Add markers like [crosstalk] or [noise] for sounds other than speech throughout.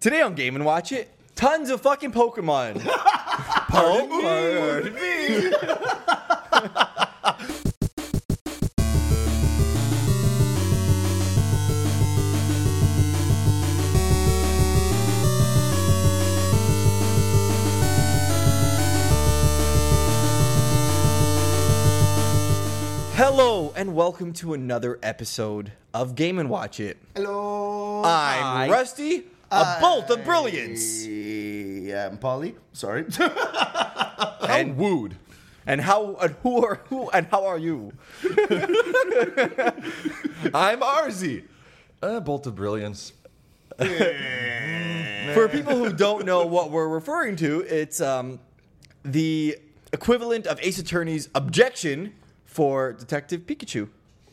Today on Game and Watch It, tons of fucking Pokemon. Pokemon. Hello and welcome to another episode of Game and Watch It. Hello. I'm Rusty, a Uh, bolt of brilliance, Yeah, I'm Polly. Sorry. [laughs] and wooed. And how and who are who and how are [laughs] you? I'm Arzy. A bolt of brilliance. [laughs] For people who don't know what we're referring to, it's um, the equivalent of Ace Attorney's objection for Detective Pikachu.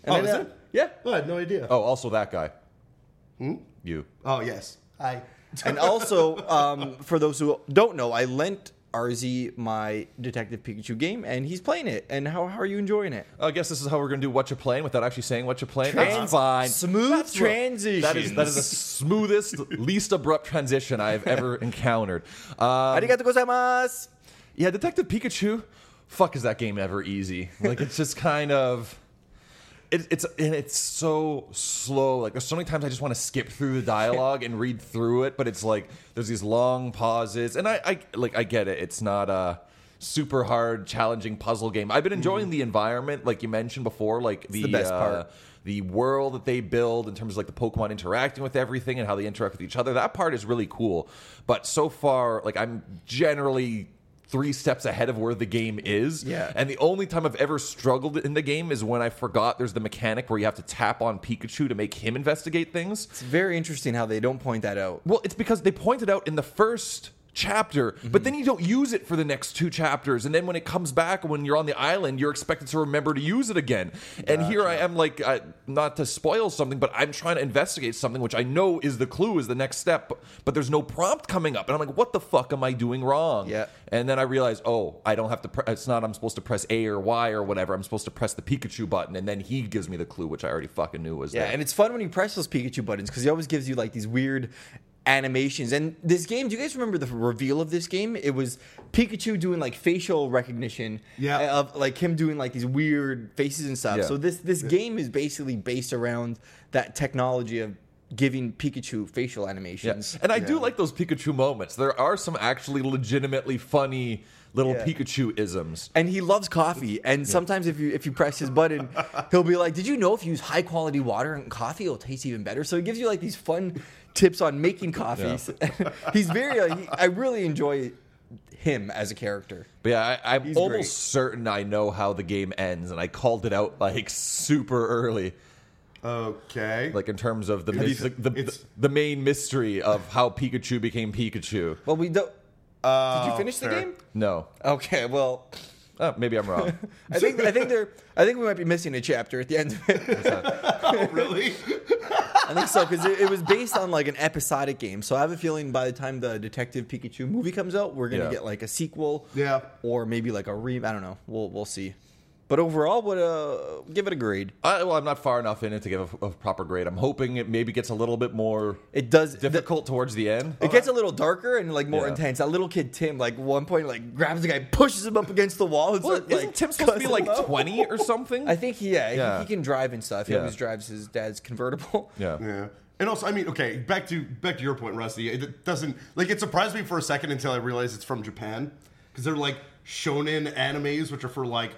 And Oh, is uh, it? Yeah. I had no idea. Oh, also that guy. You. Oh, yes. Hi. And also, um, for those who don't know, I lent RZ my Detective Pikachu game, and he's playing it. And how, how are you enjoying it? I guess this is how we're gonna do what you're playing without actually saying what you're playing. Trans- That's fine. smooth That's what- transitions. That is that is the smoothest, least abrupt transition I've ever encountered. Um, Arigato gozaimasu. yeah, Detective Pikachu. Fuck, is that game ever easy? Like it's just kind of. It, it's and it's so slow. Like there's so many times I just want to skip through the dialogue and read through it, but it's like there's these long pauses, and I, I like I get it. It's not a super hard, challenging puzzle game. I've been enjoying the environment, like you mentioned before, like the, Mm-hmm. the best uh, part. the world that they build in terms of like the Pokemon interacting with everything and how they interact with each other. That part is really cool. But so far, like I'm generally three steps ahead of where the game is. Yeah. And the only time I've ever struggled in the game is when I forgot there's the mechanic where you have to tap on Pikachu to make him investigate things. It's very interesting how they don't point that out. Well, it's because they pointed out in the first chapter, Mm-hmm. but then you don't use it for the next two chapters. And then when it comes back, when you're on the island, you're expected to remember to use it again. And here I am, like, I, not to spoil something, but I'm trying to investigate something, which I know is the clue, is the next step, but, but there's no prompt coming up. And I'm like, what the fuck am I doing wrong? Yeah. And then I realize, oh, I don't have to, pre- it's not I'm supposed to press A or Y or whatever. I'm supposed to press the Pikachu button. And then he gives me the clue, which I already fucking knew was Yeah, there. and it's fun when you press those Pikachu buttons because he always gives you like these weird animations. And this game, do you guys remember the reveal of this game? It was Pikachu doing like facial recognition. Yeah. Of like him doing like these weird faces and stuff. Yeah. So this this game is basically based around that technology of giving Pikachu facial animations. Yeah. And I do Yeah. like those Pikachu moments. There are some actually legitimately funny little Yeah. Pikachu isms. And he loves coffee. And sometimes if you if you press his button, he'll be like, "Did you know if you use high quality water and coffee, it'll taste even better?" So he gives you like these fun tips on making coffees. [laughs] He's very. Like, he, I really enjoy him as a character. But yeah, I, I'm He's almost great. certain I know how the game ends, and I called it out like super early, Okay. like in terms of the It's- mys- the, the, it's- the main mystery of how Pikachu became Pikachu. Well, we don't. Did you Oh, finish the fair. game? No, Okay. Well, Uh, maybe [laughs] I'm wrong. I think I think they're. I think we might be missing a chapter at the end of it. [laughs] Oh, [laughs] really? I think so because it, it was based on like an episodic game. So I have a feeling by the time the Detective Pikachu movie comes out, we're gonna Yeah. get like a sequel, Yeah. or maybe like a re. I don't know. We'll we'll see. But overall, would uh give it a grade. I, well, I'm not far enough in it to give a, a proper grade. I'm hoping it maybe gets a little bit more It does. the- difficult towards the end. it gets a little darker and like more Yeah. intense. That little kid Tim, like one point, like grabs the guy, pushes him up against the wall. And Well, starts, isn't like, Tim supposed to be cussing like him out. 20 or something? I think he, yeah, he- Yeah. He, can drive and stuff. He Yeah. always drives his dad's convertible. yeah. Yeah. And also, I mean, okay, back to back to your point, Rusty. It doesn't like it surprised me for a second until I realized it's from Japan because they're like shonen animes, which are for like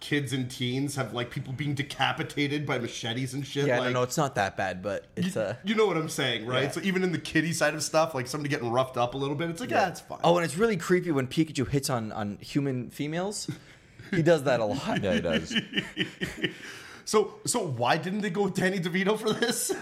kids and teens, have like people being decapitated by machetes and shit. Yeah, like, I don't know. It's not that bad, but it's you, uh you know what I'm saying, right? Yeah. So even in the kiddie side of stuff, like somebody getting roughed up a little bit, it's like, yeah, it's fine. Oh, and it's really creepy when Pikachu hits on on human females. he does that a lot. [laughs] yeah, he does. So so why didn't they go with Danny DeVito for this? [laughs]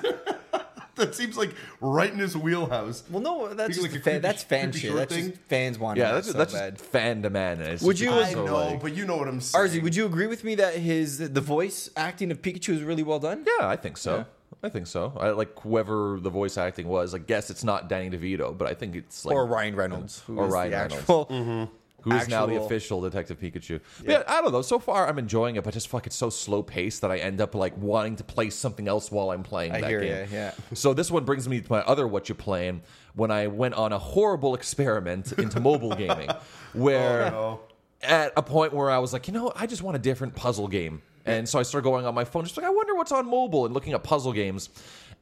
that seems like right in his wheelhouse. Well, no, that's Think just like a a fan, creepy- that's fan creepy shit. short That's just thing? fans want. Yeah, that that's, so that's bad. just fan demand. and it's Would just you- because I so, know, like- but you know what I'm saying. Arzy, would you agree with me that his the voice acting of Pikachu is really well done? Yeah, I think so. I think so. I like whoever the voice acting was. I guess it's not Danny DeVito, but I think it's like Or Ryan Reynolds, who Or is Ryan the [laughs] Reynolds. actual who is now the actual- official Detective Pikachu. But yeah, I don't know. So far, I'm enjoying it, but just fuck, it's so slow paced that I end up like wanting to play something else while I'm playing I that hear game. ya, yeah. [laughs] So this one brings me to my other what you playing when I went on a horrible experiment into mobile [laughs] gaming, Oh, where no. at a point where I was like, you know, I just want a different puzzle game. And so I started going on my phone, just like, I wonder what's on mobile and looking at puzzle games.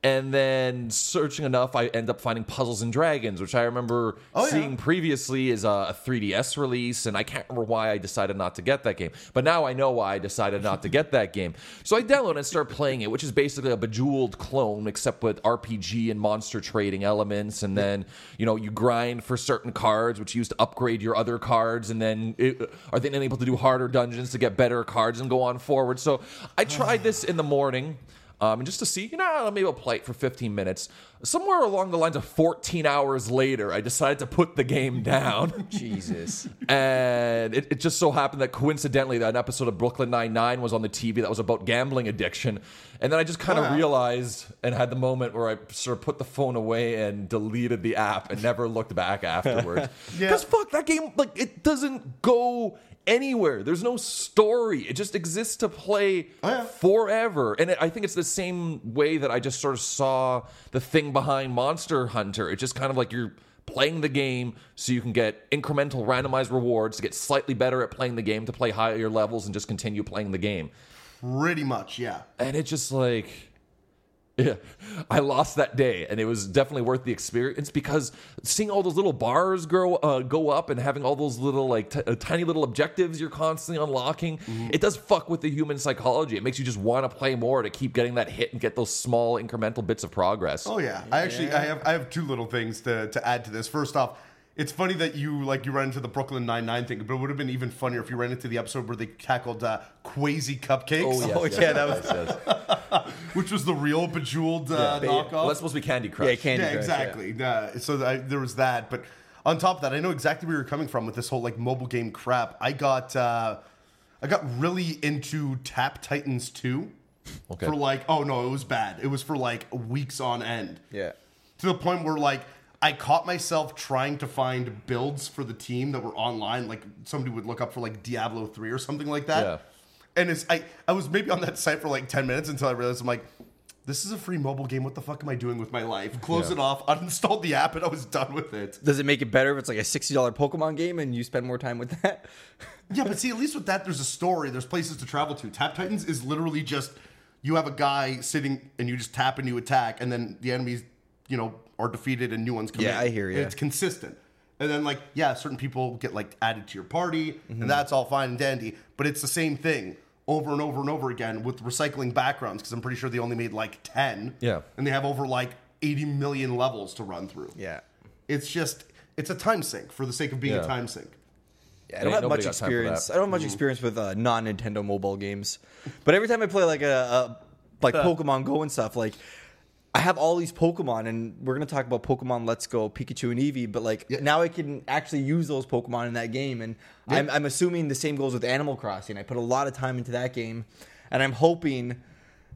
And then searching enough, I end up finding Puzzles and Dragons, which I remember Oh, yeah. seeing previously is a, a 3DS release, and I can't remember why I decided not to get that game. But now I know why I decided not to get that game. So I download and start playing it, which is basically a Bejeweled clone, except with RPG and monster trading elements. And then you know you grind for certain cards, which you use to upgrade your other cards, and then it, are then able to do harder dungeons to get better cards and go on forward. So I tried this in the morning. Um, and just to see, you know, maybe I'll play it for 15 minutes. Somewhere along the lines of 14 hours later, I decided to put the [laughs] game down. Jesus. and it, it just so happened that coincidentally, that an episode of Brooklyn Nine-Nine was on the TV that was about gambling addiction. And then I just kind of Wow. realized and had the moment where I sort of put the phone away and deleted the app and never looked back afterwards. [laughs] Yeah. Because fuck, that game, like, it doesn't go anywhere. There's no story. It just exists to play Oh, yeah. forever. And it, I think it's the same way that I just sort of saw the thing behind Monster Hunter. It's just kind of like you're playing the game so you can get incremental randomized rewards to get slightly better at playing the game to play higher levels and just continue playing the game. Pretty much, yeah. And it just like yeah, I lost that day, and it was definitely worth the experience because seeing all those little bars grow uh, go up and having all those little like t- uh, tiny little objectives you're constantly unlocking, Mm-hmm. it does fuck with the human psychology. It makes you just want to play more to keep getting that hit and get those small incremental bits of progress. Oh yeah. I actually I have I have two little things to, to add to this. First off, it's funny that you like you ran into the Brooklyn Nine Nine thing, but it would have been even funnier if you ran into the episode where they tackled uh, Quasi cupcakes, [laughs] Oh, yeah, that was- yes, yes. which was the real bejeweled uh, Yeah. knockoff. well, that's supposed to be Candy Crush. Yeah, Candy yeah, Crush, exactly. Uh, so I, there was that. But on top of that, I know exactly where you're coming from with this whole like mobile game crap. I got uh, I got really into Tap Titans 2 Okay. for like oh no, it was bad. It was for like weeks on end Yeah. to the point where like I caught myself trying to find builds for the team that were online. Like somebody would look up for like Diablo three or something like that. Yeah. And it's I I was maybe on that site for like ten minutes until I realized I'm like. This is a free mobile game. What the fuck am I doing with my life? Close Yeah. it off, uninstalled the app, and I was done with it. Does it make it better if it's like a sixty dollar Pokemon game and you spend more time with that? Yeah, but see, at least with that, there's a story. There's places to travel to. Tap Titans is literally just you have a guy sitting and you just tap and you attack, and then the enemies, you know, are defeated and new ones come Yeah, I in. hear ya. And It's consistent. And then, like, yeah, certain people get like added to your party, Mm-hmm. and that's all fine and dandy. But it's the same thing over and over and over again with recycling backgrounds because I'm pretty sure they only made like ten. Yeah. and they have over like 80 million levels to run through. Yeah. it's just it's a time sink for the sake of being Yeah. a time sink. Yeah, I don't Ain't have nobody much got time for experience. that. Mm-hmm. I don't have much experience with uh, non Nintendo mobile games, but every time I play like a, a [laughs] like Pokemon Go and stuff, like I have all these Pokemon, and we're gonna talk about Pokemon Let's Go, Pikachu and Eevee. But like now, I can actually use those Pokemon in that game, and I'm, I'm assuming the same goes with Animal Crossing. I put a lot of time into that game, and I'm hoping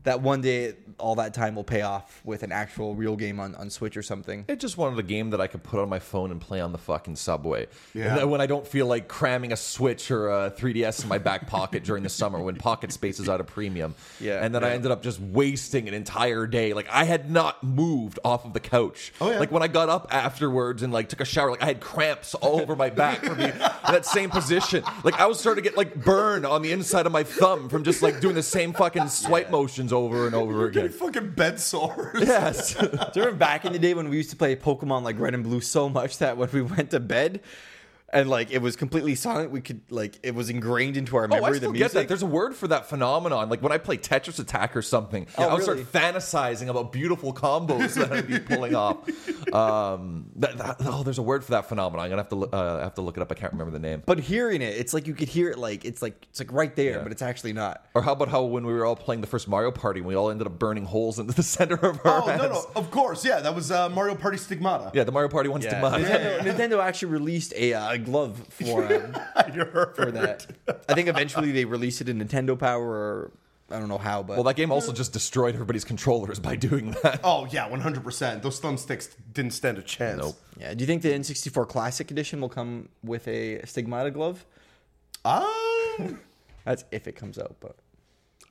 that one day all that time will pay off with an actual real game on, on Switch or something. It just wanted a game that I could put on my phone and play on the fucking subway. Yeah. And then when I don't feel like cramming a Switch or a 3DS in my back pocket during the summer when pocket space is out of premium. Yeah. And then I ended up just wasting an entire day. Like I had not moved off of the couch. Oh, yeah. Like when I got up afterwards and like took a shower, like I had cramps all over my back from being in that same position. Like I was starting to get like burn on the inside of my thumb from just like doing the same fucking swipe motions over and over again. Fucking bed sores. [laughs] Yes. Do you remember back in the day when we used to play Pokemon like Red and Blue so much that when we went to bed and like it was completely silent, we could like it was ingrained into our memory. Oh, I still the get music. that. There's a word for that phenomenon. Like when I play Tetris Attack or something, Oh, I'll really? start fantasizing about beautiful combos that [laughs] I'd be pulling off. Um, that, that- oh, there's a word for that phenomenon. I'm gonna have to look, uh, have to look it up. I can't remember the name. but hearing it, it's like you could hear it like it's like it's like right there, but it's actually not. Or how about how when we were all playing the first Mario Party, we all ended up burning holes into the [laughs] center of [laughs] our Oh heads. no, no, of course, yeah. That was uh, Mario Party Stigmata. Yeah, the Mario Party one's Yeah. [laughs] demonic. Nintendo, Nintendo actually released a uh, glove for um, [laughs] You're [laughs] for that. I think eventually they released it in Nintendo Power or I don't know how, but Well, that game also just destroyed everybody's controllers by doing that. Oh yeah, one hundred percent. Those thumbsticks didn't stand a chance. Nope. yeah. Do you think the N64 Classic Edition will come with a Stigmata glove? Um, That's if it comes out, but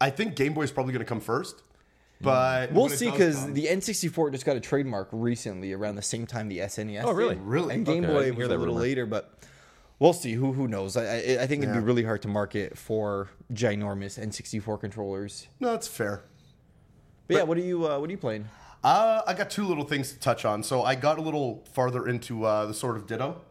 I think Game Boy is probably going to come first, but we'll when it see. does Because come- the N64 just got a trademark recently, around the same time the SNES. Oh, really? did. Really? And Game Okay, I Boy didn't was hear a that little rumor. later, but we'll see. Who who knows? I I, I think it'd Yeah. be really hard to market for ginormous N64 controllers. no, that's fair. But, yeah, what are you uh, what are you playing? Uh, I got two little things to touch on. So I got a little farther into uh, the Sword of Ditto.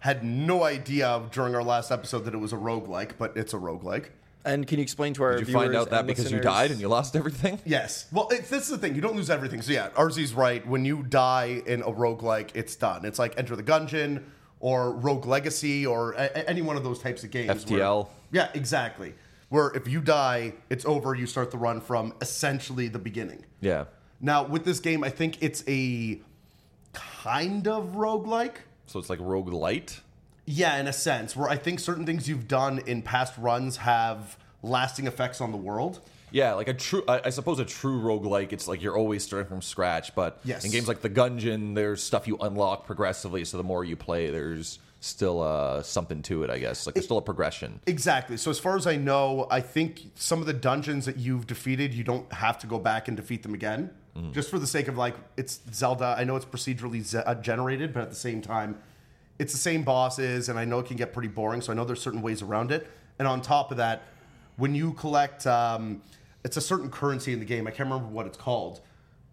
Had no idea during our last episode that it was a roguelike, but it's a roguelike. And can you explain to our Did you viewers find out that and because you listeners- died and you lost everything? Yes. Well, it, this is the thing. You don't lose everything. So, yeah, RZ's right. When you die in a roguelike, it's done. It's like Enter the Gungeon or Rogue Legacy or a- a- any one of those types of games. where- FTL. yeah, exactly. Where if you die, it's over. You start the run from essentially the beginning. Yeah. Now, with this game, I think it's a kind of roguelike. So it's like rogue light. Yeah, in a sense, where I think certain things you've done in past runs have lasting effects on the world. Yeah, like a true, I, I suppose a true roguelike, it's like you're always starting from scratch, but Yes. in games like The Gungeon, there's stuff you unlock progressively, so the more you play, there's still uh, something to it, I guess. Like there's still a progression. Exactly. So, as far as I know, I think some of the dungeons that you've defeated, you don't have to go back and defeat them again. Just for the sake of like, it's Zelda. I know it's procedurally ze- uh, generated, but at the same time, it's the same bosses, and I know it can get pretty boring. So, I know there's certain ways around it. And on top of that, when you collect, um, it's a certain currency in the game. I can't remember what it's called.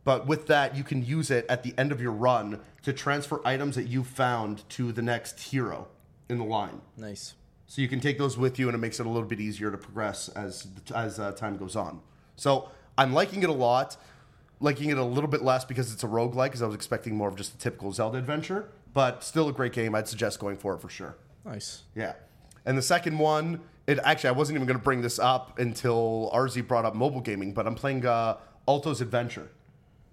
But with that, you can use it at the end of your run to transfer items that you found to the next hero in the line. Nice. So you can take those with you, and it makes it a little bit easier to progress as as uh, time goes on. So I'm liking it a lot, liking it a little bit less because it's a roguelike, because I was expecting more of just a typical Zelda adventure, but still a great game. I'd suggest going for it for sure. Nice. Yeah. And the second one, it actually I wasn't even going to bring this up until RZ brought up mobile gaming, but I'm playing uh, Alto's Adventure,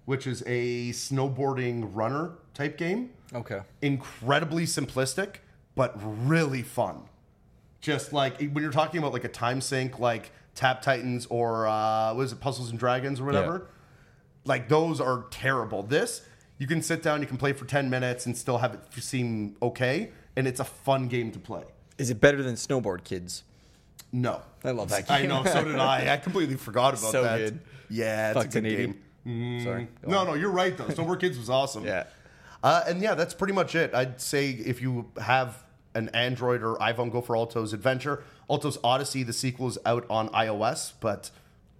which is a snowboarding runner type game Okay. incredibly simplistic, but really fun. Just like when you're talking about like a time sink, like Tap Titans or uh, what is it, Puzzles and Dragons or whatever. Like those are terrible. This you can sit down, you can play for ten minutes and still have it seem okay, and it's a fun game to play. Is it better than Snowboard Kids? No, I love that I game. know. So did I. I [laughs] completely forgot about So that. good. Yeah, it's a Fucking good idiot. game. Mm. Sorry. Go No, on. no, you're right though. Snowboard Kids was awesome. Yeah. Uh, and yeah, that's pretty much it. I'd say if you have an Android or iPhone, go for Alto's Adventure. Alto's Odyssey, the sequel is out on iOS, but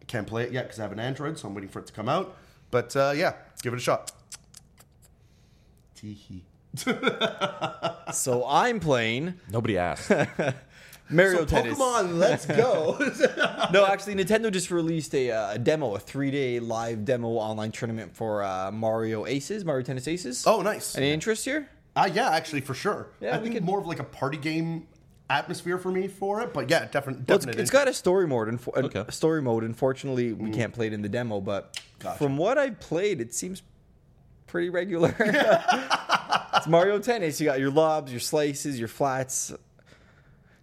I can't play it yet because I have an Android, so I'm waiting for it to come out. But uh, yeah, give it a shot. Teehee. So I'm playing Nobody asked. Mario So Tennis. Pokemon, let's go. [laughs] No, actually, Nintendo just released a, uh, a demo, a three-day live demo online tournament for uh, Mario Aces, Mario Tennis Aces. oh, nice. Any interest here? Uh, yeah, actually, for sure. Yeah, I we think could- more of like a party game atmosphere for me for it, but yeah, definitely. Mm. Well, it's, it's got a story mode. Inf- a Okay. Story mode. Unfortunately, we can't play it in the demo, but Gotcha. from what I've played, it seems pretty regular. [laughs] it's Mario Tennis. You got your lobs, your slices, your flats.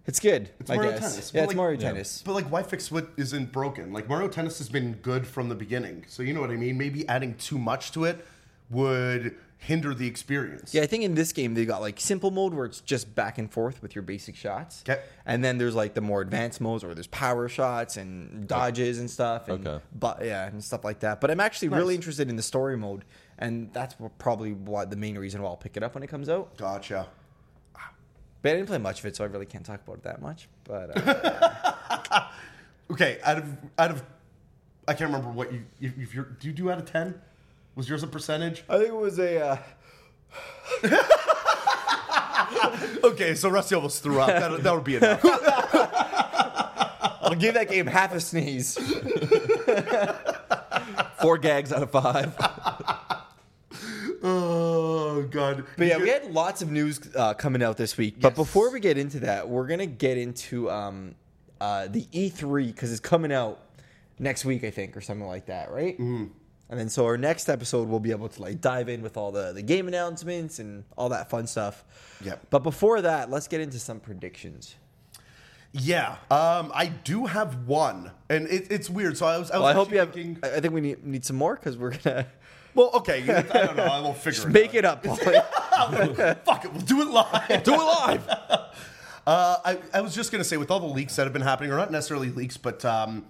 It's good. It's I Mario guess. Tennis, Yeah, but it's like- Mario Yeah. Tennis. But like, why fix what isn't broken? Like Mario Tennis has been good from the beginning, so you know what I mean. Maybe adding too much to it would hinder the experience. Yeah, I think in this game they got like simple mode where it's just back and forth with your basic shots. Okay. And then there's like the more advanced modes where there's power shots and dodges and stuff. And, Okay. But yeah, and stuff like that. But I'm actually really Nice. interested in the story mode, and that's wh- probably what the main reason why I'll pick it up when it comes out. Gotcha. But I didn't play much of it, so I really can't talk about it that much. But uh, [laughs] Okay, out of out of, I can't remember what you if if you're do you do out of ten? Was yours a percentage? I think it was a. Uh, Okay, so Rusty almost threw up. That, that would be enough. I'll give that game half a sneeze. Four gags out of five. [laughs] oh god. But yeah, we had lots of news uh, coming out this week. But Yes. before we get into that, we're gonna get into um, uh, the E3 because it's coming out next week, I think, or something like that, right? Mm-hmm. And then so our next episode, we'll be able to like dive in with all the the game announcements and all that fun stuff. Yep. But before that, let's get into some predictions. Yeah, um, I do have one, and it, it's weird. So I was. I, was Well, I hope you have. actually thinking- I I think we need, need some more because we're [laughs] gonna well, okay. [laughs] I don't know. I will figure it make out. it up. [laughs] Paulie. [laughs] Fuck it. We'll do it live. Do it live. [laughs] Uh, I, I was just going to say, with all the leaks that have been happening, or not necessarily leaks, but um,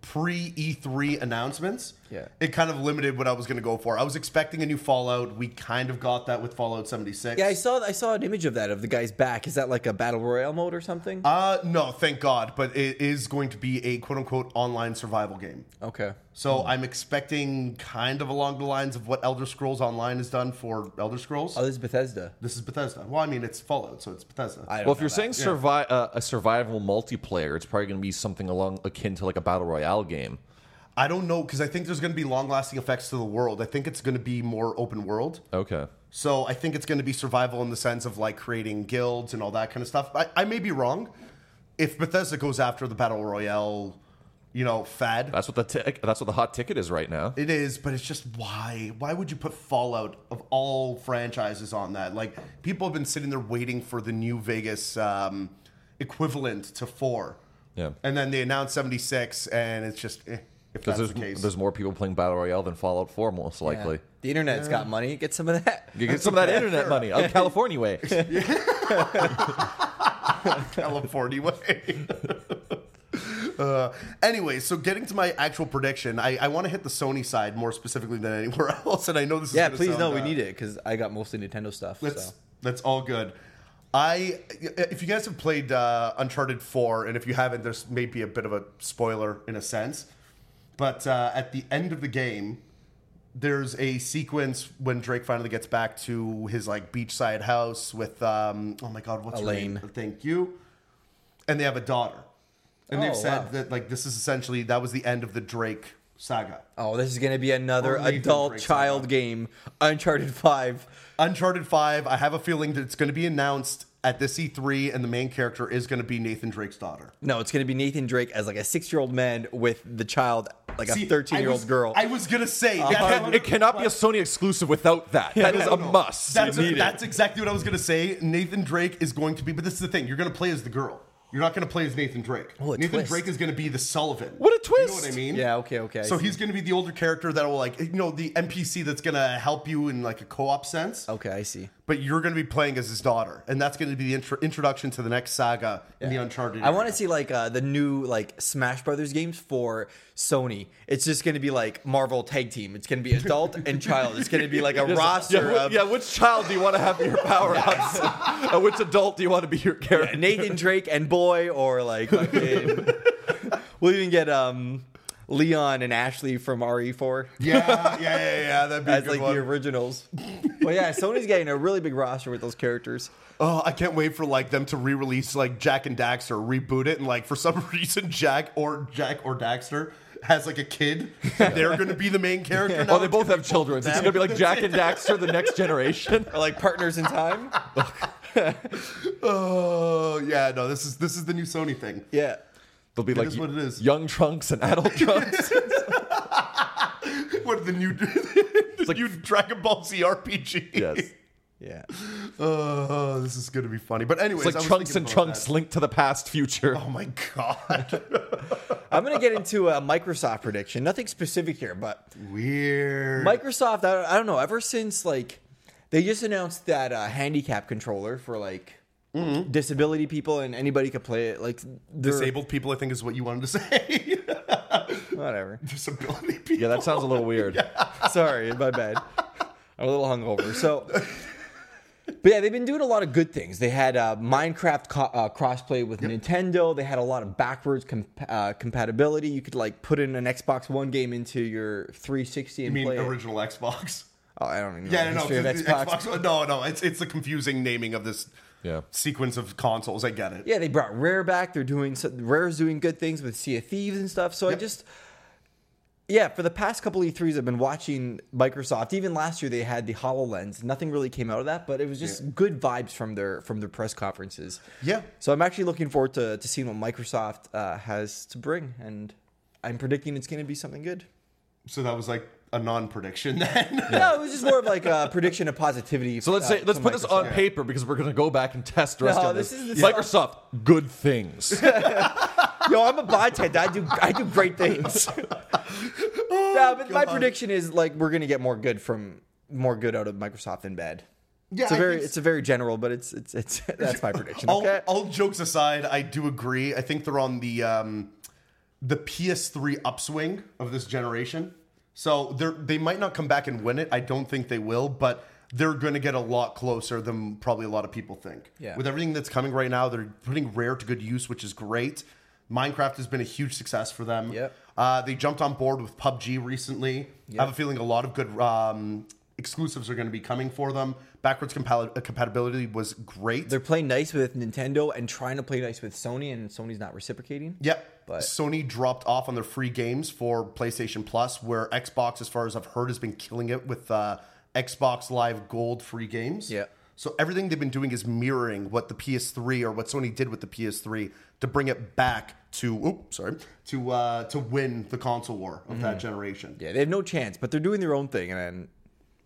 pre E3 announcements, Yeah. it kind of limited what I was going to go for. I was expecting a new Fallout. We kind of got that with Fallout 76. yeah, I saw. I saw an image of that of the guy's back. Is that like a battle royale mode or something? uh, no, thank God. But it is going to be a quote unquote online survival game. okay. So I'm expecting kind of along the lines of what Elder Scrolls Online has done for Elder Scrolls. Oh, this is Bethesda. this is Bethesda. Well, I mean, it's Fallout, so it's Bethesda. I don't [laughs] Well, if know you're that. saying survi- uh, a survival multiplayer, it's probably going to be something along akin to like a battle royale game. I don't know because I think there's going to be long-lasting effects to the world. I think it's going to be more open world. Okay. So I think it's going to be survival in the sense of like creating guilds and all that kind of stuff. I, I may be wrong. If Bethesda goes after the battle royale, you know, fad, That's what the tic that's what the hot ticket is right now. it is. But it's just why? Why would you put Fallout of all franchises on that? Like people have been sitting there waiting for the new Vegas um, equivalent to four. Yeah. And then they announced seventy six, and it's just eh, if that's there's, the case. there's more people playing battle royale than Fallout 4 most Yeah. likely. The internet's got money. Get some of that. You get some of that internet money out of California way. California way. [laughs] uh, anyway, so getting to my actual prediction, I, I want to hit the Sony side more specifically than anywhere [laughs] else, and I know this. Yeah, is gonna please. sound, No, we uh, need it because I got mostly Nintendo stuff. That's so. that's all good. I if you guys have played uh, Uncharted Four, and if you haven't, there's maybe a bit of a spoiler in a sense, but uh, at the end of the game. There's a sequence when Drake finally gets back to his like beachside house with um oh my god what's her Elaine. name thank you and they have a daughter. And Oh, they've said wow. that like this is essentially that was the end of the Drake saga. Oh, this is gonna be another Or Nathan adult breaks it child up. game, Uncharted Five. Uncharted 5, I have a feeling that it's going to be announced at this E3 and the main character is going to be Nathan Drake's daughter. No, it's gonna be Nathan Drake as like a six-year-old man with the child, like See, a I was- thirteen-year-old girl. I was going to say Uh, It, that's- can, it cannot be a Sony exclusive without that. that is a must. That's, You need it. that's exactly what I was going to say. Nathan Drake is going to be but this is the thing, you're going to play as the girl. You're not going to play as Nathan Drake. Oh, a Nathan twist. Drake is going to be the Sullivan. What a You know what I twist. mean? yeah. Okay. Okay. I So see. he's going to be the older character that will like you know the NPC that's going to help you in like a co-op sense. Oh, okay. I see. but you're going to be playing as his daughter, and that's going to be the intro- introduction to the next saga in the Uncharted. I want to area. see like uh, the new like Smash Brothers games for Sony. It's just gonna be like Marvel Tag Team. It's gonna be adult and child. It's gonna be like a roster yeah, wh- of yeah, which child do you want to have your power ups? and which adult do you want to be your character? Nathan Drake and boy, or like fucking, [laughs] we'll even get um Leon and Ashley from RE4 [laughs] Yeah, yeah, yeah, yeah. That'd be a as good like one. the originals. [laughs] but yeah, Sony's getting a really big roster with those characters. oh, I can't wait for like them to re-release like Jack and Daxter, reboot it, and like for some [laughs] reason Jack or Jack or Daxter has like a kid. and They're going to be the main character. now. Oh, they both have children. It's gonna be like Jack and Daxter, the [laughs] next generation. Or like partners in time. Oh, yeah. No, this is this is the new Sony thing. [laughs] [laughs] Yeah. They'll be like is what it is. young trunks and adult [laughs] trunks. What the new [laughs] the like- new Dragon Ball Z RPG? yes. Yeah. [laughs] Oh, this is going to be funny. But anyways, It's like I was trunks thinking and about trunks that. linked to the past future. Oh my god. I'm gonna get into a Microsoft prediction. Nothing specific here, but Weird. Microsoft. I don't, I don't know. Ever since like they just announced that uh, handicap controller for like Mm-hmm. disability people and anybody could play it. Like they're- Disabled people, I think, is what you wanted to [laughs] say. Whatever. Disability people. Yeah, that sounds a [laughs] little weird. Sorry, my bad. I'm a little hungover. So, but yeah, they've been doing a lot of good things. They had uh, Minecraft co- uh, crossplay with Nintendo. They had a lot of backwards com- uh, compatibility. You could like put in an Xbox One game into your 360 I and mean, play. it. original Xbox. Oh, I don't even know. Yeah, the no, history no, of the- the Xbox. One- No, no, it's it's the confusing naming of this Yeah. sequence of consoles. I get it. Yeah, they brought Rare back. They're doing so, Rare's doing good things with Sea of Thieves and stuff. So I Yep. just yeah, for the past couple E3s, I've been watching Microsoft. Even last year, they had the Hololens. Nothing really came out of that, but it was just good vibes from their from their press conferences. Yeah. So I'm actually looking forward to to seeing what Microsoft uh, has to bring, and I'm predicting it's going to be something good. So that was like a non-prediction [laughs] then. No, it was just more of like a [laughs] prediction of positivity. So let's uh, say let's to put this on Microsoft. paper because we're gonna go back and test the rest No, of this. this is- Microsoft, good things. Yo, I'm a bartender. I do I do great things. no, [laughs] but my Oh God. prediction is like we're gonna get more good from more good out of Microsoft than bad. Yeah, it's a I very think Oh. so. it's a very general, but it's it's it's [laughs] that's [laughs] my prediction. all, Okay. all jokes aside, I do agree. I think they're on the um, the PS3 upswing of this generation. So they are they might not come back and win it. I don't think they will, but they're going to get a lot closer than probably a lot of people think. Yeah. With everything that's coming right now, they're putting rare to good use, which is great. Minecraft has been a huge success for them. Yep. Uh, they jumped on board with PUBG recently. I have a feeling a lot of good um, exclusives are going to be coming for them. Backwards compali- compatibility was great. They're playing nice with Nintendo and trying to play nice with Sony, and Sony's not reciprocating. Yep. But- Sony dropped off on their free games for PlayStation Plus, where Xbox, as far as I've heard, has been killing it with uh, Xbox Live Gold free games. Yeah. So everything they've been doing is mirroring what the PS3 or what Sony did with the PS3 to bring it back to oops, sorry to uh, to win the console war of Mm-hmm. that generation. Yeah, they have no chance, but they're doing their own thing, and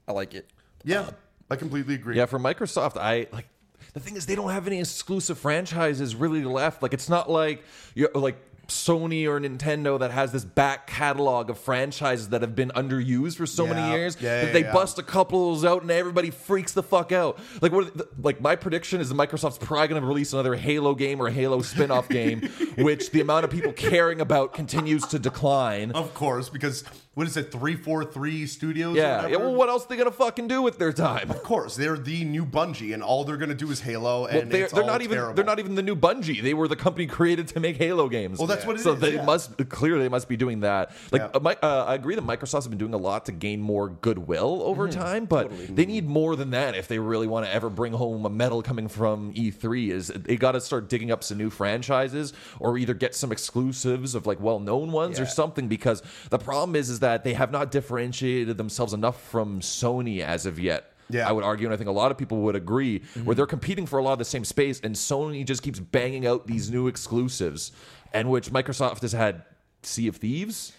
I like it. Yeah, I completely agree. Yeah, for Microsoft, I like the thing is they don't have any exclusive franchises really left. Like it's not like you like Sony or Nintendo that has this back catalog of franchises that have been underused for so Yeah. many years Yeah, that yeah, they yeah. bust a couple of those out and everybody freaks the fuck out. Like what? Like my prediction is that Microsoft's probably going to release another Halo game or a Halo [laughs] spin-off game, which the amount of people caring about continues to decline. Of course, because what is it, three four three studios? or Yeah. yeah. whatever? Well, what else are they going to fucking do with their time? Of course, they're the new Bungie, and all they're going to do is Halo, and Well, they're, it's they're all not even terrible. they're not even the new Bungie. They were the company created to make Halo games. Well, that's what it so is, they yeah. must clearly they must be doing that. Like Yeah. uh, my, uh, I agree that Microsoft's been doing a lot to gain more goodwill over Mm-hmm. time, but they need more than that if they really want to ever bring home a medal coming from E3. Is they got to start digging up some new franchises or either get some exclusives of like well known ones or Yeah. something because the problem is is that they have not differentiated themselves enough from Sony as of yet. Yeah. I would argue, and I think a lot of people would agree, where they're competing for a lot of the same space, and Sony just keeps banging out these new exclusives, and which Microsoft has had Sea of Thieves.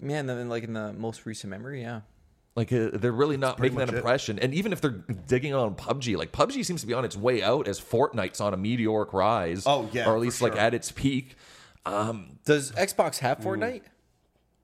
Man, then like in the most recent memory, yeah. Like uh, they're really not making that much it. impression, and even if they're digging on PUBG, like PUBG seems to be on its way out as Fortnite's on a meteoric rise. Oh, yeah, or at for least like sure. at its peak. Does Xbox have Fortnite?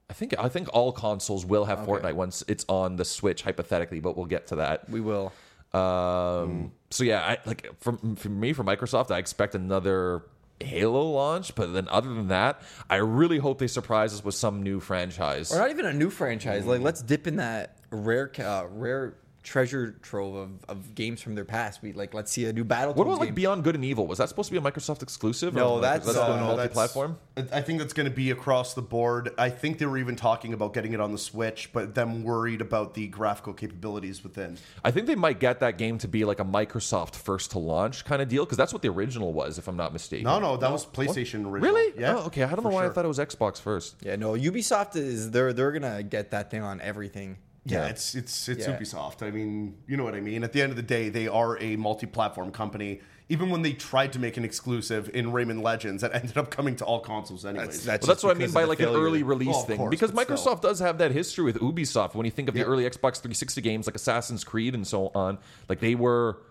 I think I think all consoles will have Fortnite once it's on the Switch, hypothetically, but we'll get to that. We will. Um, Hmm. So yeah, I, like for, for me, for Microsoft, I expect another Halo launch. But then, other than that, I really hope they surprise us with some new franchise. Or not even a new franchise. Like let's dip in that rare, ca- uh, rare treasure trove of, of games from their past. We like let's see a new battle. What about like Beyond Good and Evil? Was that supposed to be a Microsoft exclusive? or No, Microsoft- that's, that's uh, going no, that's- multi-platform. I- I think Oh, that's going to be across the board. I think they were even talking about getting it on the Switch, but them worried about the graphical capabilities within. I think they might get that game to be like a Microsoft first to launch kind of deal because that's what the original was, if I'm not mistaken. No, no, that was PlayStation original. Really? Yeah. Oh, okay. I don't know for why I sure. thought it was Xbox first. Yeah, no. Ubisoft is they're they're gonna get that thing on everything. [laughs] Yeah, it's it's it's Yeah. Ubisoft. I mean, you know what I mean. At the end of the day, they are a multi-platform company. Even when they tried to make an exclusive in Rayman Legends, that ended up coming to all consoles anyways. Well, that's what I mean by like an early release. release Oh, of thing, course, because but still. Microsoft does have that history with Ubisoft. When you think of Yeah. the early Xbox 360 games like Assassin's Creed and so on, like they were,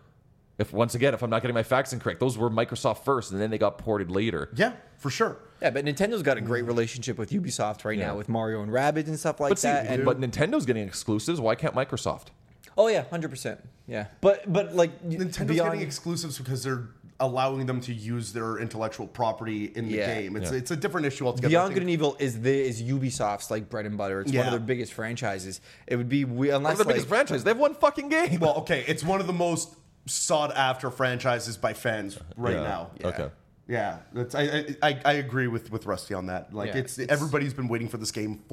if once again, if I'm not getting my facts incorrect, those were Microsoft first, and then they got ported later. yeah, for sure. Yeah, but Nintendo's got a great relationship with Ubisoft right now with Mario and Rabbids and stuff like But see, that. and but Nintendo's getting exclusives. Why can't Microsoft? oh yeah, hundred percent. Yeah, but but like y- Nintendo's beyond, getting exclusives because they're allowing them to use their intellectual property in the Yeah. game. It's it's a different issue altogether. I Beyond e-, think- Good and Evil is the is Ubisoft's like bread and butter. It's one Yeah. of their biggest franchises. It would be we, unless That's the biggest like, franchise. They have one fucking game. Well, okay, it's one of the most sought after franchises by fans right now. Yeah. Okay. Yeah, that's I, I- I I agree with with Rusty on that. Like Yeah, it's, it's- everybody's been waiting for this game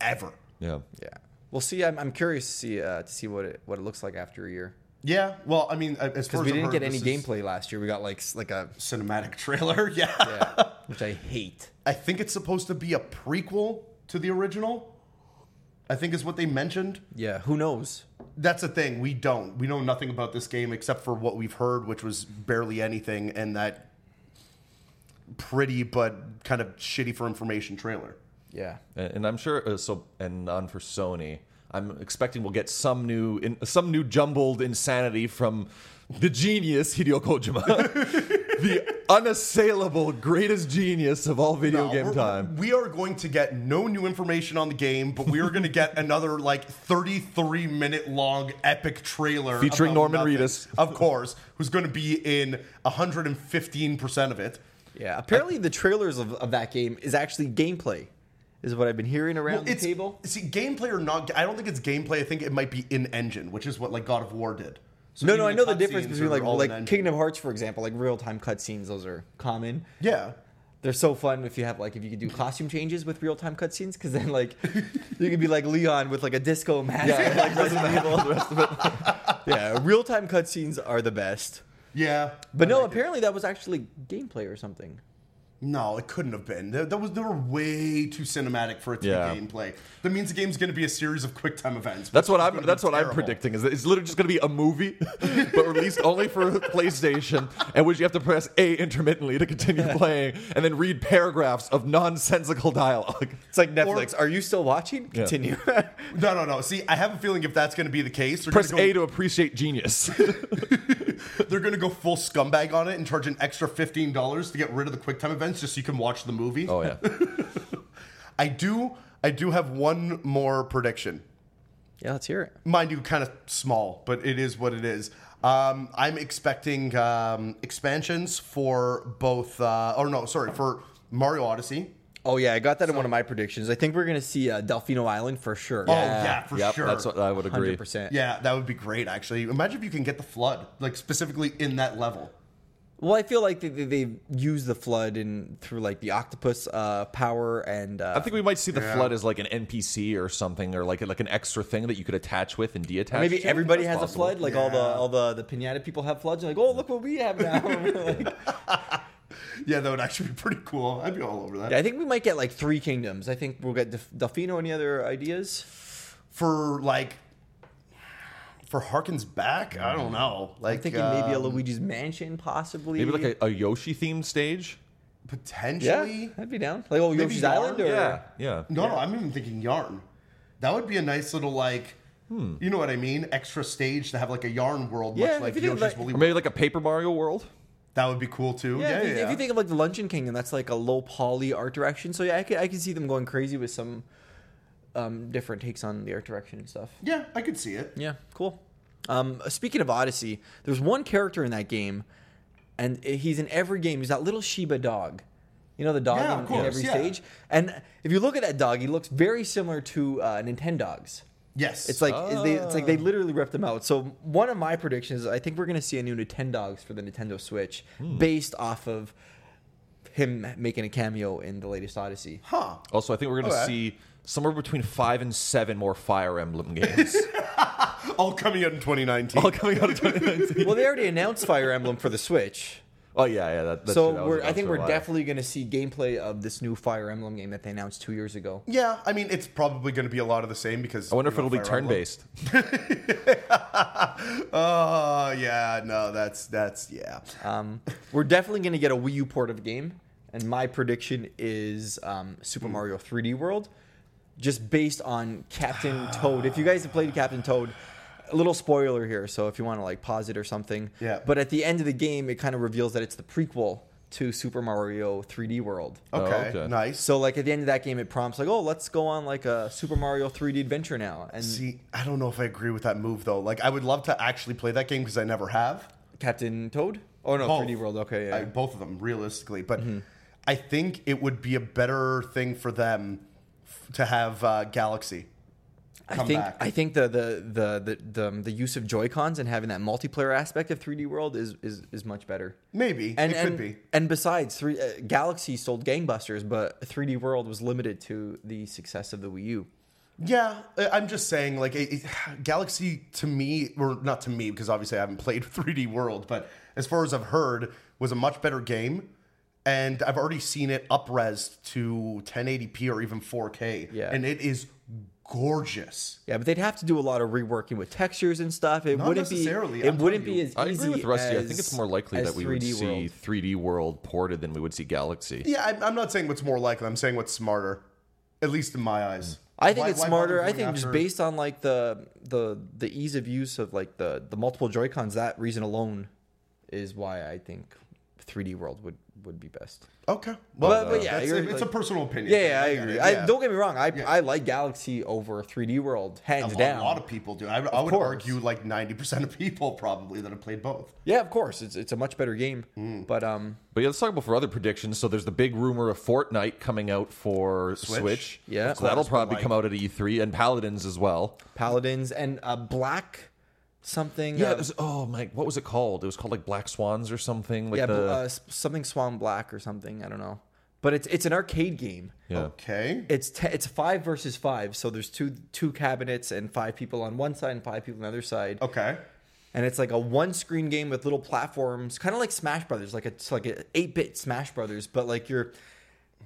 forever. Yeah. yeah, we'll see. I'm, I'm curious to see uh, to see what it what it looks like after a year Yeah, well, I mean, I- as because we far as I've didn't heard, get any this is gameplay last year. We got like s- like [laughs] a cinematic trailer. Yeah. yeah, which I hate. I think it's supposed to be a prequel to the original. I think is what they mentioned. Yeah, who knows? That's the thing. We don't. We know nothing about this game except for what we've heard, which was barely anything, and that pretty but kind of shitty for information trailer. Yeah. and, and I'm sure. Uh, so and on for Sony, I'm expecting we'll get some new in, some new jumbled insanity from the genius Hideo Kojima, [laughs] the unassailable greatest genius of all video No, game we're- time. We are going to get no new information on the game, but we are going to get [laughs] another like 33 minute long epic trailer Featuring about Norman Reedus. of course, who's going to be in 115 percent of it. Yeah. Apparently, the trailers of, of that game is actually gameplay, is what I've been hearing around the it's table. see gameplay or not. I don't think it's gameplay. I think it might be in engine, which is what like God of War did. So No, even no, I know the cutscenes difference between are like all in like engine. Kingdom Hearts, for example, like real time cutscenes. Those are common. Yeah, They're so fun if you have like if you could do costume changes with real time cutscenes, because then like [laughs] you could be like Leon with like a disco mask. Yeah, like, Resident [laughs] Evil. [laughs] yeah, real time cutscenes are the best. yeah. But I no, like it. apparently that was actually gameplay or something. No, it couldn't have been. That, that was they were way too cinematic for it to Yeah. be gameplay. That means the game's going to be a series of quick time events. That's which what is I'm. gonna be That's what I'm terrible. predicting. Is that it's literally just going to be a movie, [laughs] but released only for PlayStation, and which you have to press A intermittently to continue playing, and then read paragraphs of nonsensical dialogue. [laughs] It's like Netflix. Are you still watching? [laughs] Continue. No, no, no. See, I have a feeling if that's going to be the case, they're Press going A to to [laughs] appreciate genius. go, they're going to go full scumbag on it and charge an extra fifteen dollars to get rid of the quick time events just so you can watch the movie. oh yeah, I do. I do have one more prediction. yeah, let's hear it. Mind you, kind of small, but it is what it is. Um, I'm expecting um, expansions for both. Uh, or no, sorry, for Mario Odyssey. Oh yeah, I got that in one of my predictions. I think we're gonna see uh, Delfino Island for sure. Oh yeah, for Yep, sure. That's what I would agree. hundred percent. Yeah, that would be great. Actually, imagine if you can get the flood, like specifically in that level. Well, I feel like they, they, they use the flood in through like the octopus uh, power and uh, I think we might see the Yeah. flood as like an NPC or something, or like like an extra thing that you could attach with and deattach. maybe to. everybody That's has possible. a flood. Like all the Yeah. all the the pinata people have floods. You're like, oh look what we have now. [laughs] Like, Yeah, that would actually be pretty cool. I'd be all over that. I think we might get like three kingdoms. I think we'll get Delf- Delfino. Any other ideas? For like, for Harkins back, I don't know. Like I'm thinking maybe a um, Luigi's Mansion, possibly. Maybe like a, a Yoshi themed stage. potentially. yeah, I'd be down. Like oh Yoshi's Yarn? Island or Yeah, yeah. No, no, I'm even thinking yarn. That would be a nice little like, you know what I mean? Extra stage to have like a yarn world, Hmm. Yeah, much like if you did, Yoshi's like- Woolly Or World. maybe like a Paper Mario world. That would be cool too. Yeah, Yeah, yeah. if, you, if yeah. you think of like the Luncheon Kingdom, that's like a low poly art direction. So yeah, I could I could see them going crazy with some um, different takes on the art direction and stuff. yeah, I could see it. Yeah, cool. Um, speaking of Odyssey, there's one character in that game, and he's in every game. He's that little Sheba dog. You know the dog Yeah, in, of in course, every yeah. stage. And if you look at that dog, he looks very similar to uh, Nintendogs. Yes. It's like they, it's like they literally ripped them out. So one of my predictions, is I think we're gonna see a new Nintendogs for the Nintendo Switch, Hmm. based off of him making a cameo in the latest Odyssey. [laughs] huh. Also, I think we're going to Okay. see somewhere between five and seven more Fire Emblem [laughs] games. All coming out in 2019. all coming out of [laughs] 2019. well, they already announced Fire Emblem for the Switch, Oh yeah, yeah. That, that shit, that so was we're, I announced think for a we're while. definitely gonna see gameplay of this new Fire Emblem game that they announced two years ago. Yeah, I mean, it's probably going to be a lot of the same because. I wonder you if know, it'll be Fire turn Emblem. based. Oh yeah, no, that's that's yeah. Um, [laughs] we're definitely gonna get a Wii U port of the game, and my prediction is um, Hmm. Super Mario 3D World, just based on [sighs] Captain Toad. If you guys have played Captain Toad, a little spoiler here, so if you want to like pause it or something. Yeah. But at the end of the game, it kind of reveals that it's the prequel to Super Mario 3D World. Okay, okay. nice. So like at the end of that game, it prompts like, oh, let's go on like a Super Mario 3D adventure now, and See, I don't know if I agree with that move though. Like, I would love to actually play that game because I never have. Captain Toad. Oh no, Both. 3D World. Okay, yeah. Mm-hmm. I, both of them, realistically, but I think it would be a better thing for them f- to have uh, Galaxy. I come think back. I think the the the the, the, um, the use of Joy Cons and having that multiplayer aspect of 3D World is is, is much better. Maybe And it and, could be. and besides, three uh, Galaxy sold gangbusters, but 3D World was limited to the success of the Wii U. Yeah, I- I'm just saying, like, it, it, Galaxy to me, or not to me, because obviously I haven't [laughs] played 3D World, but as far as I've heard, was a much better game. And I've already seen it upres to 1080p or even 4K. Yeah. And it is gorgeous. Yeah, but they'd have to do a lot of reworking with textures and stuff. It Not wouldn't necessarily, be. It I'm wouldn't telling be you. as easy. I agree with Rusty. I think as- it's more likely as that we would 3D see World. 3D World ported than we would see Galaxy. Yeah, I'm, I'm not saying what's more likely, I'm saying what's smarter. At least in my eyes. Mm. I think Why- it's why bother smarter. I going think just after- based on like the the the ease of use of like the the multiple Joy Cons, that reason alone is why I think 3D World would would be best. Okay. Well, uh, But- but yeah, that's- you're it's a like- personal opinion. Yeah, yeah I get agree. it, yeah. I, don't get me wrong. I I like Galaxy over 3D World hands a down. lot of people do. I, I would course. argue like ninety percent of people probably that have played both. yeah, of course, it's it's a much better game. Hmm. But um, But yeah, let's talk about for other predictions. So there's the big rumor of Fortnite coming out for Switch. Yeah. so that'll probably Like- come out at E3 and Paladins as well. Paladins and uh, Black something. Yeah, uh, it was, oh my, what was it called? It was called like Black Swans or something. Like yeah, the, bl- uh, s- something Swan Black or something. I don't know. But it's it's an arcade game. yeah. Okay. It's te- it's five versus five, so there's two two cabinets and five people on one side and five people on the other side, Okay. and it's like a one screen game with little platforms, kind of like Smash Brothers, like a, it's like a eight bit Smash Brothers, but like you're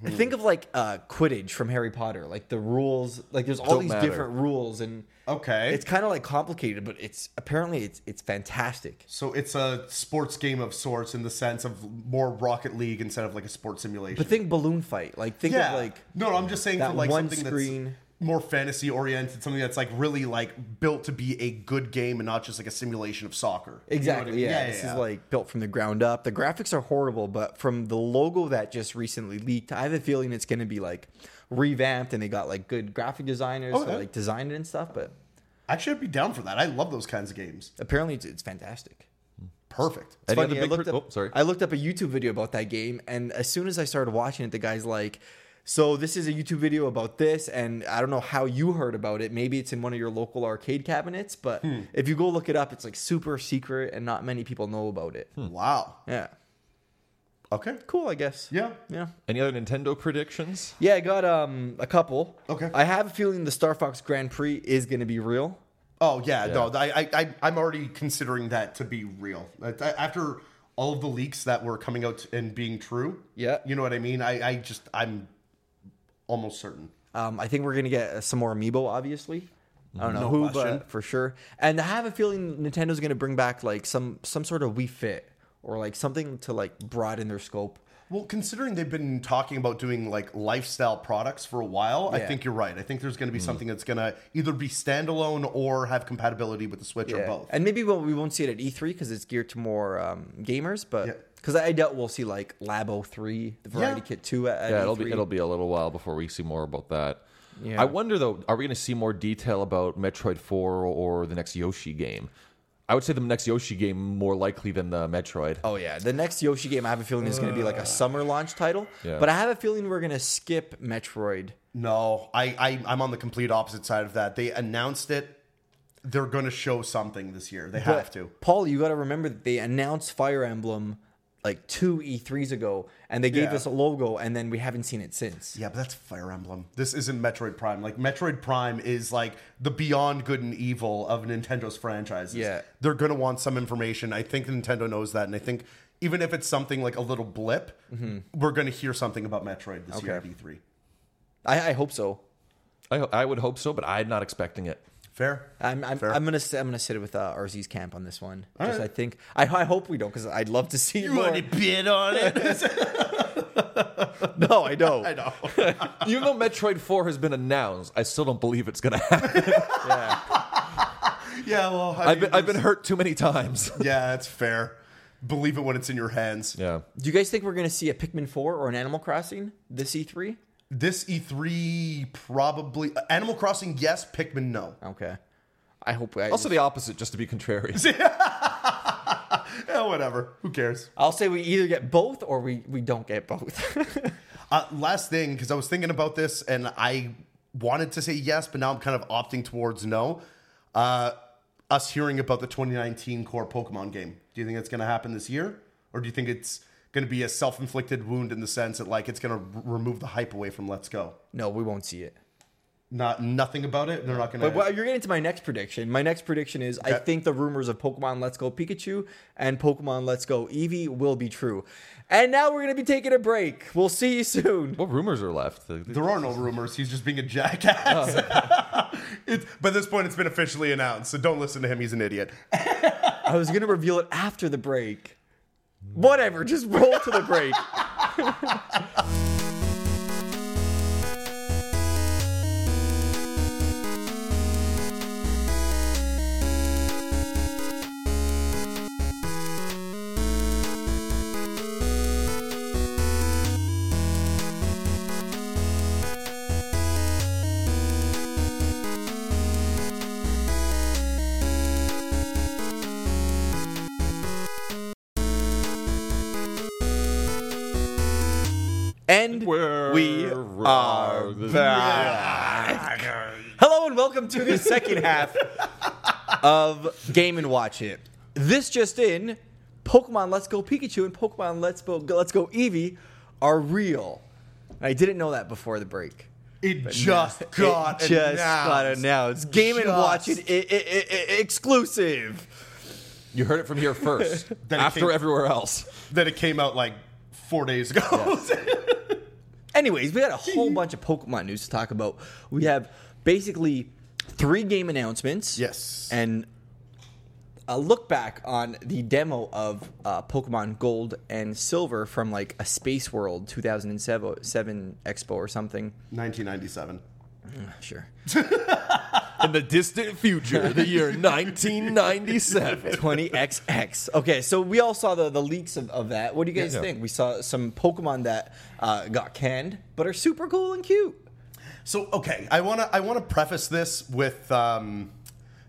think of like uh, Quidditch from Harry Potter, like the rules, like there's all Don't these matter. different rules, and Okay. it's kind of like complicated, but it's apparently it's it's fantastic. so it's a sports game of sorts in the sense of more Rocket League instead of like a sports simulation. But think balloon fight, like think yeah. of like no, I'm just saying that for like one something screen. that's more fantasy oriented, something that's like really like built to be a good game and not just like a simulation of soccer. You know what I Exactly. mean? yeah. This is like built from the ground up. The graphics are horrible, but from the logo that just recently leaked, I have a feeling it's going to be like revamped and they got like good graphic designers Okay. who like designed it and stuff. But actually I'd be down for that. I love those kinds of games. apparently it's, it's fantastic. Perfect. It's Any other funny. I big looked, pr- up, oh, sorry. I looked up a YouTube video about that game, and as soon as I started watching it, the guy's like, "So this is a YouTube video about this, and I don't know how you heard about it. Maybe it's in one of your local arcade cabinets, but if you go look it up, it's like super secret, and not many people know about it. Hmm. Wow. Yeah, Okay. cool, I guess. Yeah. yeah. Any other Nintendo predictions? Yeah, I got um a couple. Okay. I have a feeling the Star Fox Grand Prix is going to be real. Oh yeah, no, I, I, I, I'm already considering that to be real. Uh, th- After all of the leaks that were coming out and being true, Yeah. you know what I mean. I, I just, I'm almost certain. Um, I think we're going to get uh, some more amiibo, obviously. I don't know No who, question. but for sure. And I have a feeling Nintendo's going to bring back like some some sort of Wii Fit or like something to like broaden their scope. Well, considering they've been talking about doing like lifestyle products for a while, I Yeah. Mm. think you're right. I think there's going to be something that's going to either be standalone or have compatibility with the Switch or both. And maybe we'll, we won't see it at E3 because it's geared to more um, gamers, Yeah. but because I doubt we'll see like Labo 3, the Variety Yeah. Kit 2 at, E at Yeah, it'll E3. be it'll be a little while before we see more about that. Yeah. I wonder though, are we going to see more detail about Metroid Four or the next Yoshi game? I would say the next Yoshi game more likely than the Metroid. Oh yeah, the next Yoshi game I have a feeling is going to be like a summer launch title. Yeah. But I have a feeling we're going to skip Metroid. No, I, I I'm on the complete opposite side of that. They announced it. They're going to show something this year. They have to. Paul, you got to remember that they announced Fire Emblem like two E3s ago, and they gave Yeah. us a logo, and then we haven't seen it since. Yeah, but that's Fire Emblem. This isn't Metroid Prime. Like Metroid Prime is like the beyond good and evil of Nintendo's franchises. Yeah. They're gonna want some information. I think Nintendo knows that, and I think even if it's something like a little blip, Mm-hmm. we're gonna hear something about Metroid this year at E Okay. E3. I, I hope so. I, I would hope so, but I'm not expecting it. Fair. Uh, I'm I'm, Fair. I'm gonna sit- I'm gonna sit with uh, RZ's camp on this one. Just I right. think I, I hope we don't because I'd love to see more. [laughs] bid on it? [laughs] No, I don't. [laughs] I know. Even though Metroid Four has been announced, I still don't believe it's going to happen. yeah, well, I mean, I've been, I've been hurt too many times. yeah, that's fair. Believe it when it's in your hands. Yeah. Do you guys think we're gonna see a Pikmin four or an Animal Crossing this E E3? This E3 probably Animal Crossing, yes. Pikmin, no. [laughs] Okay. I hope. I Also the opposite, just to be contrary. Yeah, Eh, whatever. Who cares? I'll say we either get both or we, we don't get both. [laughs] Uh, last thing, because I was thinking about this and I wanted to say yes, but now I'm kind of opting towards no. Uh, us hearing about the 2019 core Pokemon game. Do you think it's going to happen this year? Or do you think it's going to be a self inflicted wound in the sense that like it's going to r- remove the hype away from Let's Go? no, we won't see it. Not Nothing about it? They're not going But to. well, you're getting to my next prediction. My next prediction is I Okay. think the rumors of Pokemon Let's Go Pikachu and Pokemon Let's Go Eevee will be true. And now we're going to be taking a break. We'll see you soon. What rumors are left? There are no rumors. He's just being a jackass. Oh. [laughs] It's by this point, it's been officially announced, so don't listen to him. He's an idiot. I was going to reveal it after the break. Whatever, just roll [laughs] to the break. And We're we are back. Hello and welcome to the second half of Game and Watch It. This just in: Pokemon Let's Go Pikachu and Pokemon Let's Go Let's Go Eevee are real. And I didn't know that before the break. It just got it just announced. got announced. Game and Watch It, Just- i- i- i- i- exclusive. You heard it from [laughs] here first. Then it after came- everywhere else. Then it came out like four days ago. [laughs] Anyways, we had a whole bunch of Pokemon news to talk about. We have basically three game announcements. Yes. And a look back on the demo of uh, Pokemon Gold and Silver from like a Space World 2007 seven Expo or something. 1997. [laughs] Sure. In the distant future, [laughs] the year 1997. 20XX. Okay, so we all saw the, the leaks of, of that. What do you guys Yeah. think? We saw some Pokemon that uh, got canned, but are super cool and cute. So okay, I wanna I wanna preface this with um,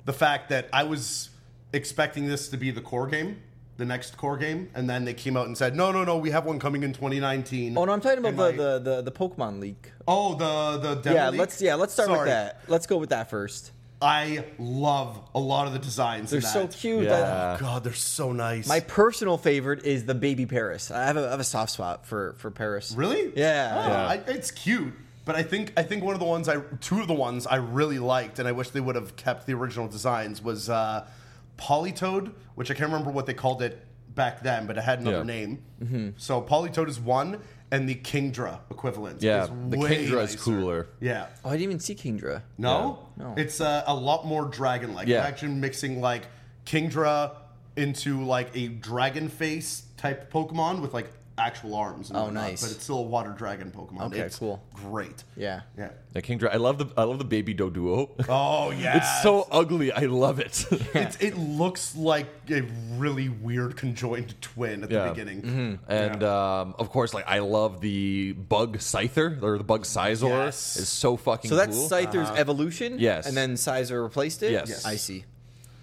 the fact that I was expecting this to be the core game, the next core game, and then they came out and said, no, no, no, we have one coming in 2019. Oh, no, I'm talking about And the, like- the, the, the Pokemon leak. oh the the demo Yeah, leak? let's yeah, let's start with Sorry. that. Let's go with that first. I love a lot of the designs. They're in so that. cute. Yeah. God, they're so nice. My personal favorite is the baby Paris. I have a, I have a soft spot for for Paris. Really? Yeah. Oh, Yeah. I, it's cute, but I think I think one of the ones I two of the ones I really liked, and I wish they would have kept the original designs was uh, Polytoad, which I can't remember what they called it back then, but it had another Yeah. name. So Polytoad is one, and the Kingdra equivalent. Yeah, is the way Kingdra is nicer. cooler. Yeah. Oh, I didn't even see Kingdra. No, Yeah. No. it's uh, a lot more dragon like. Yeah. Imagine mixing like Kingdra into like a dragon face type Pokemon with like actual arms. And Oh, whatnot, nice. But it's still a water dragon Pokemon. Okay, It's cool. Great. Yeah. Yeah. The King Dra- I love the I love the [laughs] baby Doduo. Oh yeah. It's so ugly. I love it. [laughs] [laughs] It's, it looks like a really weird conjoined twin at Yeah. the beginning. Mm-hmm. And um, of course, like I love the bug Scyther or the bug Scizor. Yes. is so fucking. So that's cool. Scyther's Uh-huh. evolution. Yes. And then Sizer replaced it. Yes. Yes. I see.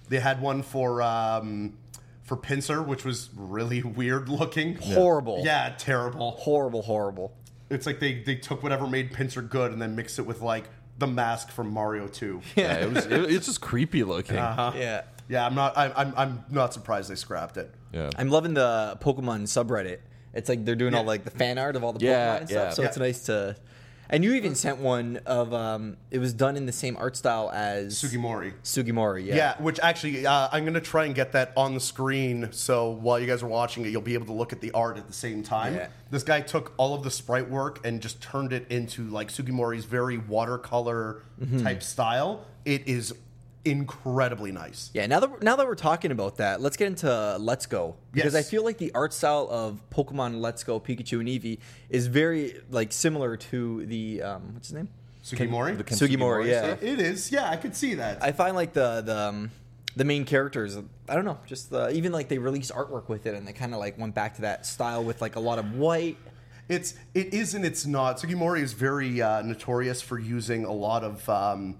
They had one for um, for Pinsir, which was really [laughs] weird looking. Horrible. Yeah, terrible. Horrible. Horrible. It's like they, they took whatever made Pincer good and then mixed it with like the mask from [laughs] Mario Two. yeah, it was. It, it's just creepy looking. Uh-huh. Yeah. yeah, I'm not I, I'm I'm not surprised they scrapped it. Yeah. I'm loving the Pokemon subreddit. It's like they're doing all Yeah. like the fan art of all the Yeah, Pokemon and stuff. yeah. So it's Yeah. nice to. And you even sent one of um, it was done in the same art style as Sugimori. Sugimori. Yeah. Yeah, which actually uh, I'm gonna try and get that on the screen so while you guys are watching it, you'll be able to look at the art at the same time. Yeah. This guy took all of the sprite work and just turned it into like Sugimori's very watercolor Mm-hmm. type style. It is incredibly nice. Yeah, now that now that we're talking about that, let's get into Let's Go because Yes. I feel like the art style of Pokemon Let's Go Pikachu and Eevee is very like similar to the um, what's his name Sugimori. the Ken Sugimori. Sugimori Yeah, It- it is. Yeah, I could see that. I find like the the um, the main characters. I don't know, just the, even like they released artwork with it, and they kind of like went back to that style with like a lot of white. It's it is and it's not. Sugimori is very uh, notorious for using a lot of um,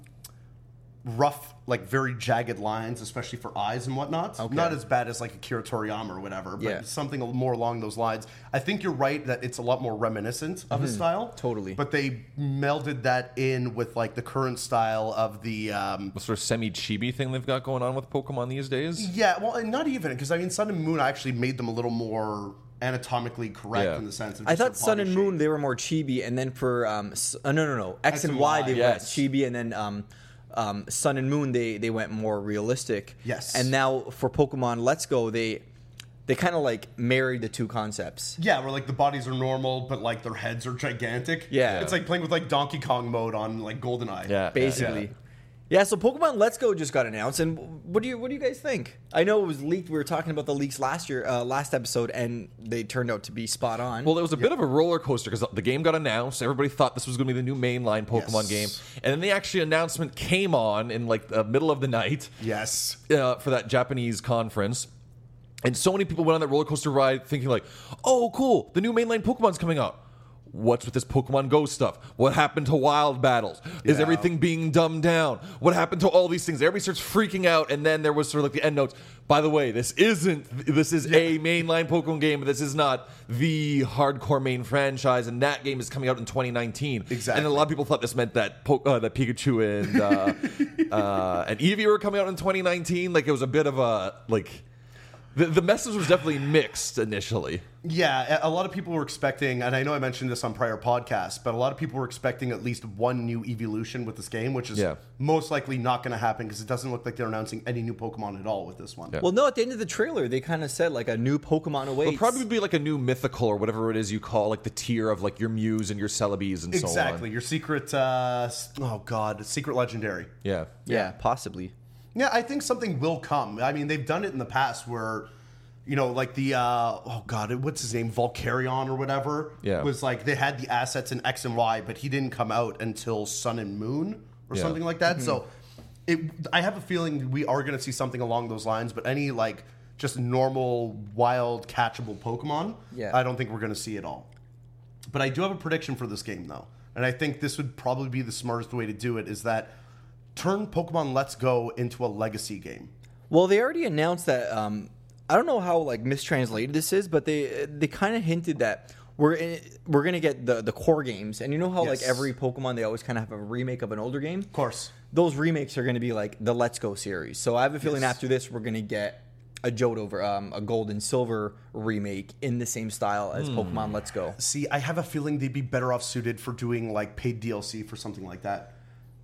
rough, like very jagged lines, especially for eyes and whatnot. Okay. Not as bad as like a Toriyama or whatever, but Yeah. something more along those lines. I think you're right that it's a lot more reminiscent of his style. Mm-hmm. Totally. But they melded that in with like the current style of the. Um, The sort of semi chibi thing they've got going on with Pokemon these days. yeah, well, and not even because I mean, Sun and Moon actually made them a little more anatomically correct Yeah. in the sense of. I just thought their Sun body and shape. Moon they were more chibi, and then for um s- uh, no no no X, and Y, they yes. went chibi, and then um, um Sun and Moon they they went more realistic. Yes. And now for Pokemon Let's Go they they kind of like married the two concepts. Yeah, where like the bodies are normal, but like their heads are gigantic. Yeah. it's like playing with like Donkey Kong mode on like GoldenEye. Yeah. Basically. Yeah. so Pokemon Let's Go just got announced, and what do you what do you guys think? I know it was leaked. We were talking about the leaks last year, uh, last episode, and they turned out to be spot on. Well, it was a bit of a roller coaster because the game got announced. Everybody thought this was going to be the new mainline Yes. Pokemon game, and then the actual announcement came on in like the middle of the night. Yes. uh, for that Japanese conference. And so many people went on that roller coaster ride thinking like, "Oh, cool! The new mainline Pokemon's coming out. What's with this Pokemon Go stuff? What happened to wild battles? Is Yeah. everything being dumbed down? What happened to all these things? Everybody starts freaking out, and then there was sort of like the end notes. By the way, this isn't. This is a mainline Pokemon game, but this is not the hardcore main franchise, and that game is coming out in 2019. Exactly. And a lot of people thought this meant that po- uh, that Pikachu and [laughs] uh, uh, and Eevee were coming out in 2019. Like it was a bit of a like. The, the message was definitely mixed initially. Yeah, a a lot of people were expecting, and I know I mentioned this on prior podcasts, but a lot of people were expecting at least one new evolution with this game, which is Yeah. most likely not going to happen because it doesn't look like they're announcing any new Pokemon at all with this one. Yeah. Well, no, at the end of the trailer, they kind of said like a new Pokemon awaits. It'll probably be like a new mythical or whatever it is you call like the tier of like your Muse and your Celebes and so on. Exactly. Your secret, uh, s- oh god, secret legendary. Yeah. yeah, possibly. Yeah, I think something will come. I mean, they've done it in the past where, you know, like the uh, oh god, what's his name, Volcarion or whatever. Yeah. was like they had the assets in X and Y, but he didn't come out until Sun and Moon or Yeah. something like that. So, it. I have a feeling we are going to see something along those lines. But any like just normal wild catchable Pokemon, Yeah. I don't think we're going to see at all. But I do have a prediction for this game though, and I think this would probably be the smartest way to do it. Is that turn Pokemon Let's Go into a legacy game? Well, they already announced that. Um, I don't know how like mistranslated this is, but they they kind of hinted that we're in, we're gonna get the the core games, and you know how like Yes. every Pokemon they always kind of have a remake of an older game. Of course. Those remakes are gonna be like the Let's Go series. So I have a feeling Yes. after this we're gonna get a Johto, ver- um, a Gold and Silver remake in the same style as Hmm. Pokemon Let's Go. See, I have a feeling they'd be better off suited for doing like paid DLC for something like that.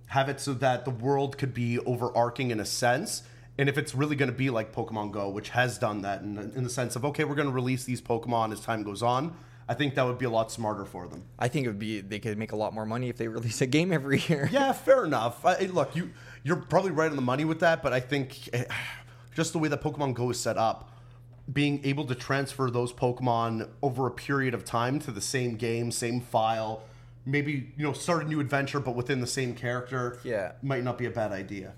Have it so that the world could be overarching in a sense. And if it's really going to be like Pokemon Go, which has done that in, in the sense of, okay, we're going to release these Pokemon as time goes on, I think that would be a lot smarter for them. I think it would be they could make a lot more money if they release a game every [laughs] year. Yeah, fair enough. I, I- look, you you're probably right on the money with that, but I think eh, just the way that Pokemon Go is set up, being able to transfer those Pokemon over a period of time to the same game, same file, maybe you know start a new adventure, but within the same character, Yeah. might not be a bad idea.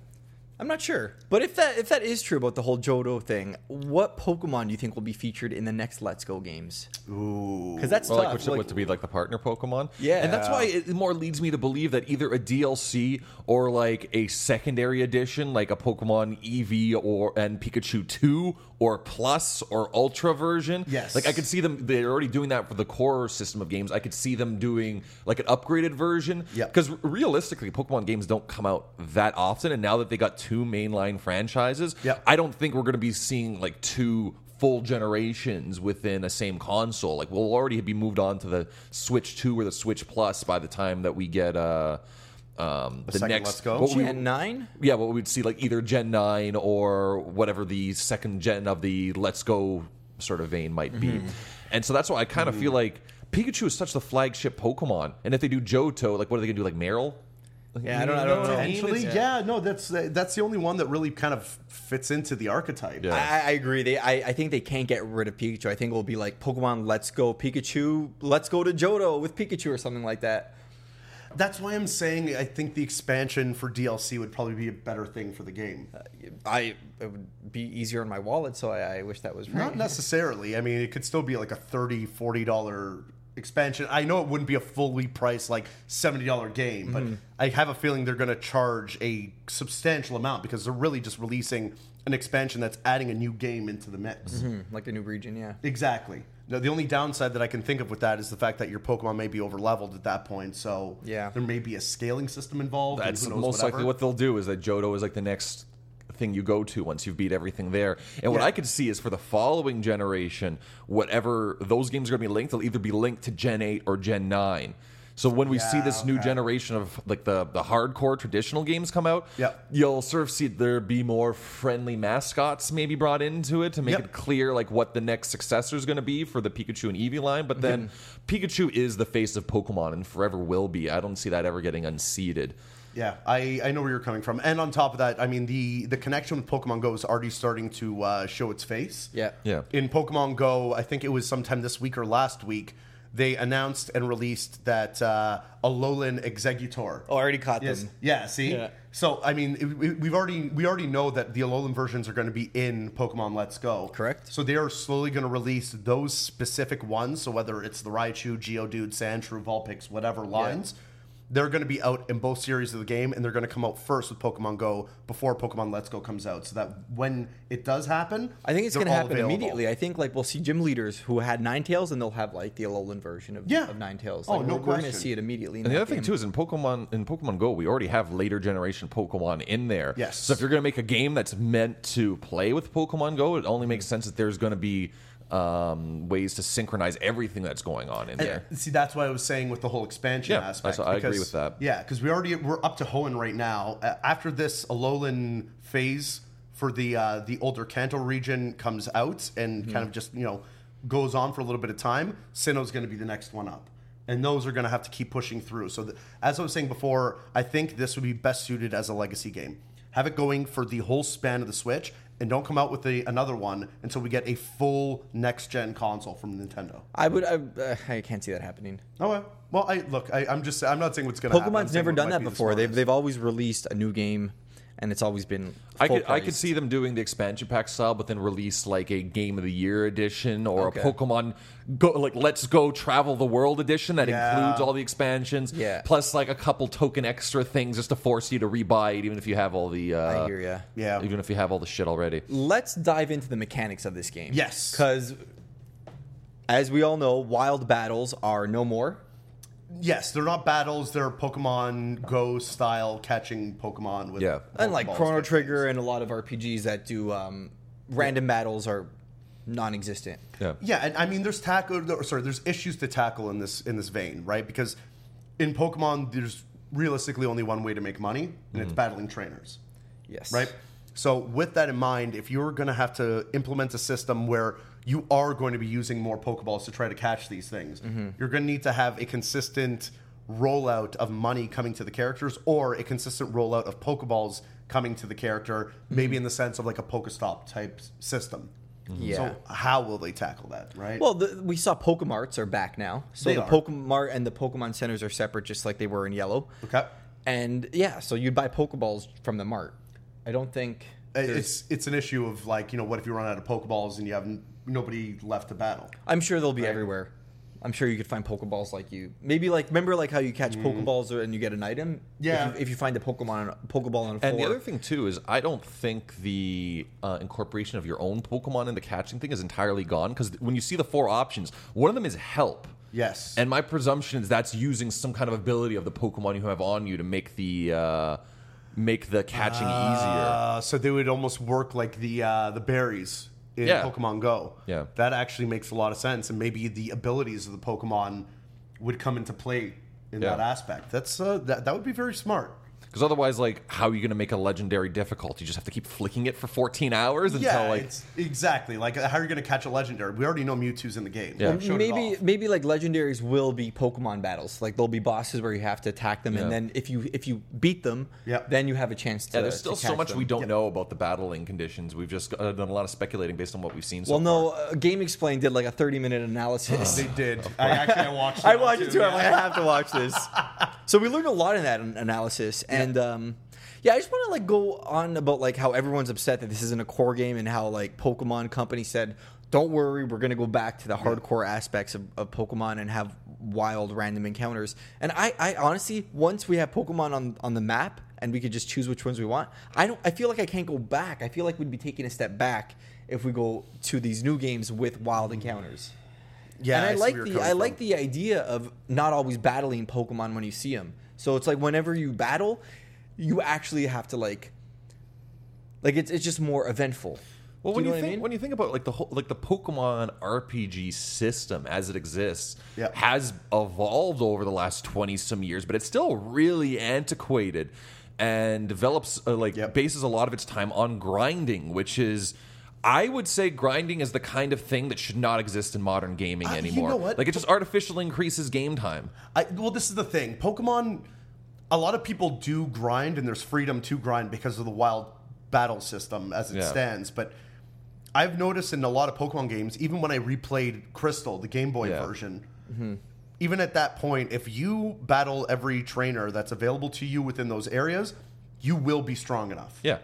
I'm not sure, but if that if that is true about the whole Johto thing, what Pokemon do you think will be featured in the next Let's Go games? Ooh, because that's Well, tough. like which like- what to be like the partner Pokemon. Yeah. and that's why it more leads me to believe that either a DLC or like a secondary edition, like a Pokemon EV or and Pikachu two or Plus or Ultra version. Yes. like I could see them. They're already doing that for the core system of games. I could see them doing like an upgraded version. Yep. because realistically, Pokemon games don't come out that often, and now that they got two mainline franchises, Yep. I don't think we're going to be seeing like two full generations within a same console. Like we'll already be moved on to the Switch 2 or the Switch Plus by the time that we get uh um the, second next Let's Go? what we- Gen nine. yeah, what we'd see like either Gen 9 or whatever the second gen of the Let's Go sort of vein might be. And so that's why I kind of feel like Pikachu is such the flagship Pokemon. And if they do Johto, like what are they going to do like Meryl? Yeah, I don't- I don't know. Potentially, yeah, no, that's that's the only one that really kind of fits into the archetype. Yeah. I, I agree. They, I, I think they can't get rid of Pikachu. I think it'll be like Pokemon Let's Go Pikachu, Let's Go to Johto with Pikachu or something like that. That's why I'm saying I think the expansion for DLC would probably be a better thing for the game. I it would be easier on my wallet, so I, I wish that was right. Not necessarily. I mean, it could still be like a $30, $40 expansion. I know it wouldn't be a fully priced, like $70 game, Mm-hmm. but I have a feeling they're going to charge a substantial amount because they're really just releasing an expansion that's adding a new game into the mix. Hmm, like a new region, yeah. Exactly. Now, the only downside that I can think of with that is the fact that your Pokemon may be over leveled at that point. So Yeah. there may be a scaling system involved. and That's who knows most likely whatever. what they'll do is that Johto is like the next thing you go to once you've beat everything there. And what Yeah. I could see is for the following generation, whatever those games are going to be linked, they'll either be linked to Gen 8 or Gen 9. So when we see Yeah, this new okay. generation of like the the hardcore traditional games come out, Yep. you'll sort of see there be more friendly mascots maybe brought into it to make Yep. it clear like what the next successor is going to be for the Pikachu and Eevee line. But then Mm-hmm. Pikachu is the face of Pokemon and forever will be. I don't see that ever getting unseated. Yeah, I, I know where you're coming from. And on top of that, I mean the the connection with Pokemon Go is already starting to uh, show its face. Yeah. Yeah. In Pokemon Go, I think it was sometime this week or last week, they announced and released that uh, Alolan Executor. Oh, I already caught yes. them. Yeah. See. Yeah. So I mean, it- we- we've already we already know that the Alolan versions are going to be in Pokemon Let's Go. Correct. So they are slowly going to release those specific ones. So whether it's the Raichu, Geodude, Sandshrew, Vulpix, whatever lines, they're going to be out in both series of the game, and they're going to come out first with Pokemon Go before Pokemon Let's Go comes out. So that when it does happen, I think it's they're going to all happen available. immediately. I think like we'll see gym leaders who had Nine Tails, and they'll have like the Alolan version of, Yeah. of Nine Tails. Oh, Like, no we're, going to question. see it immediately. In And the that other thing game. too is in Pokemon in Pokemon Go, we already have later generation Pokemon in there. Yes. So if you're going to make a game that's meant to play with Pokemon Go, it only makes sense that there's going to be um, ways to synchronize everything that's going on in there. See, that's why I was saying with the whole expansion Yeah, aspect. that's- I agree because- with that. Yeah, because we already we're up to Hoenn right now. A- After this Alolan phase for the uh, the older Kanto region comes out and Mm-hmm. kind of just you know goes on for a little bit of time, Sinnoh's going to be the next one up. And those are going to have to keep pushing through. So, th- as I was saying before, I think this would be best suited as a legacy game. Have it going for the whole span of the Switch, and don't come out with the, another one until we get a full next gen console from Nintendo. I would. I, uh, I can't see that happening. Oh well. Well, I look. I, I'm just. I'm not saying what's going to happen. I'm Pokemon's saying never what done might that be the before. They've smartest. they've always released a new game, and it's always been. I full could I could price. see them doing the expansion pack style, but then release like a Game of the Year edition or Okay. a Pokemon Go like Let's Go Travel the World edition that Yeah. includes all the expansions, Yeah. plus like a couple token extra things just to force you to rebuy it, even if you have all the uh, I hear ya. Yeah. even if you have all the shit already. Let's dive into the mechanics of this game. Yes. because as we all know, wild battles are no more. yes, they're not battles. They're Pokemon Go style catching Pokemon with. Yeah. Unlike Pokeballs Chrono type Trigger things. and a lot of RPGs that do um, random battles are non-existent. Yeah. Yeah, and I mean, there's tackle. Or, sorry, there's issues to tackle in this in this vein, right? Because in Pokemon, there's realistically only one way to make money, and Mm-hmm. it's battling trainers. Yes, right? So, with that in mind, if you're going to have to implement a system where you are going to be using more Pokeballs to try to catch these things, Mm-hmm. you're going to need to have a consistent rollout of money coming to the characters or a consistent rollout of Pokeballs coming to the character, Mm-hmm. maybe in the sense of like a Pokestop type s- system. Yeah. So, how will they tackle that, right? Well, the, we saw Pokemarts are back now, so They the are. Pokemart and the Pokemon centers are separate, just like they were in Yellow. okay. And yeah, so you'd buy Pokeballs from the mart. I don't think Uh, there's- It's it's an issue of like, you know, what if you run out of Pokeballs and you have n- nobody left to battle? I'm sure they'll be everywhere. I'm sure you could find Pokeballs like you. Maybe like remember like how you catch Pokeballs and you get an item. Mm-hmm. Yeah. If you, if you find a Pokemon, Pokeball on a floor. And the other thing too is I don't think the uh, incorporation of your own Pokemon in the catching thing is entirely gone because when you see the four options, one of them is help. Yes. And my presumption is that's using some kind of ability of the Pokemon you have on you to make the uh, make the catching Ah. easier. Uh, so they would almost work like the uh, the berries in Yeah. Pokemon Go. Yeah. that actually makes a lot of sense, and maybe the abilities of the Pokemon would come into play in Yeah. that aspect. That's uh, that that would be very smart. Because otherwise, like, how are you going to make a legendary difficult? You just have to keep flicking it for 14 hours until Yeah, like it's, exactly. Like how are you going to catch a legendary? We already know Mewtwo's in the game. Yeah. They've shown it maybe off. maybe like legendaries will be Pokemon battles. Like there'll be bosses where you have to attack them, Yeah. and then if you if you beat them, Yeah. then you have a chance to. Yeah, there's still to so catch much them. we don't know about the battling conditions. We've just uh, done a lot of speculating based on what we've seen. So Well, no, uh, Game Explain did like a 30 minute [laughs] analysis. they did. I actually I watched. I that watched it too. I'm yeah. like, I have to watch this. [laughs] so we learned a lot in that an- analysis, and um, yeah, I just want to like go on about like how everyone's upset that this isn't a core game, and how like Pokemon Company said, "Don't worry, we're going to go back to the hardcore aspects of, of Pokemon and have wild random encounters." And I, I honestly, once we have Pokemon on on the map and we could just choose which ones we want, I don't. I feel like I can't go back. I feel like we'd be taking a step back if we go to these new games with wild encounters Yeah, and I, I see like where the you're I coming like from. the idea of not always battling Pokemon when you see them. So it's like whenever you battle, you actually have to like like it's it's just more eventful. Well, Do when you, know what I think mean? when you think about like the whole like the Pokemon RPG system as it exists Yeah. has evolved over the last twenty some years, but it's still really antiquated and develops uh, like Yep. bases a lot of its time on grinding, which is. I would say grinding is the kind of thing that should not exist in modern gaming Uh, you anymore. know what? Like it just artificially increases game time. I, well, this is the thing. Pokemon, a lot of people do grind, and there's freedom to grind because of the wild battle system as it Yeah. stands. But I've noticed in a lot of Pokemon games, even when I replayed Crystal, the Game Boy Yeah. Mm-hmm. version, even at that point, if you battle every trainer that's available to you within those areas, you will be strong enough. Yeah.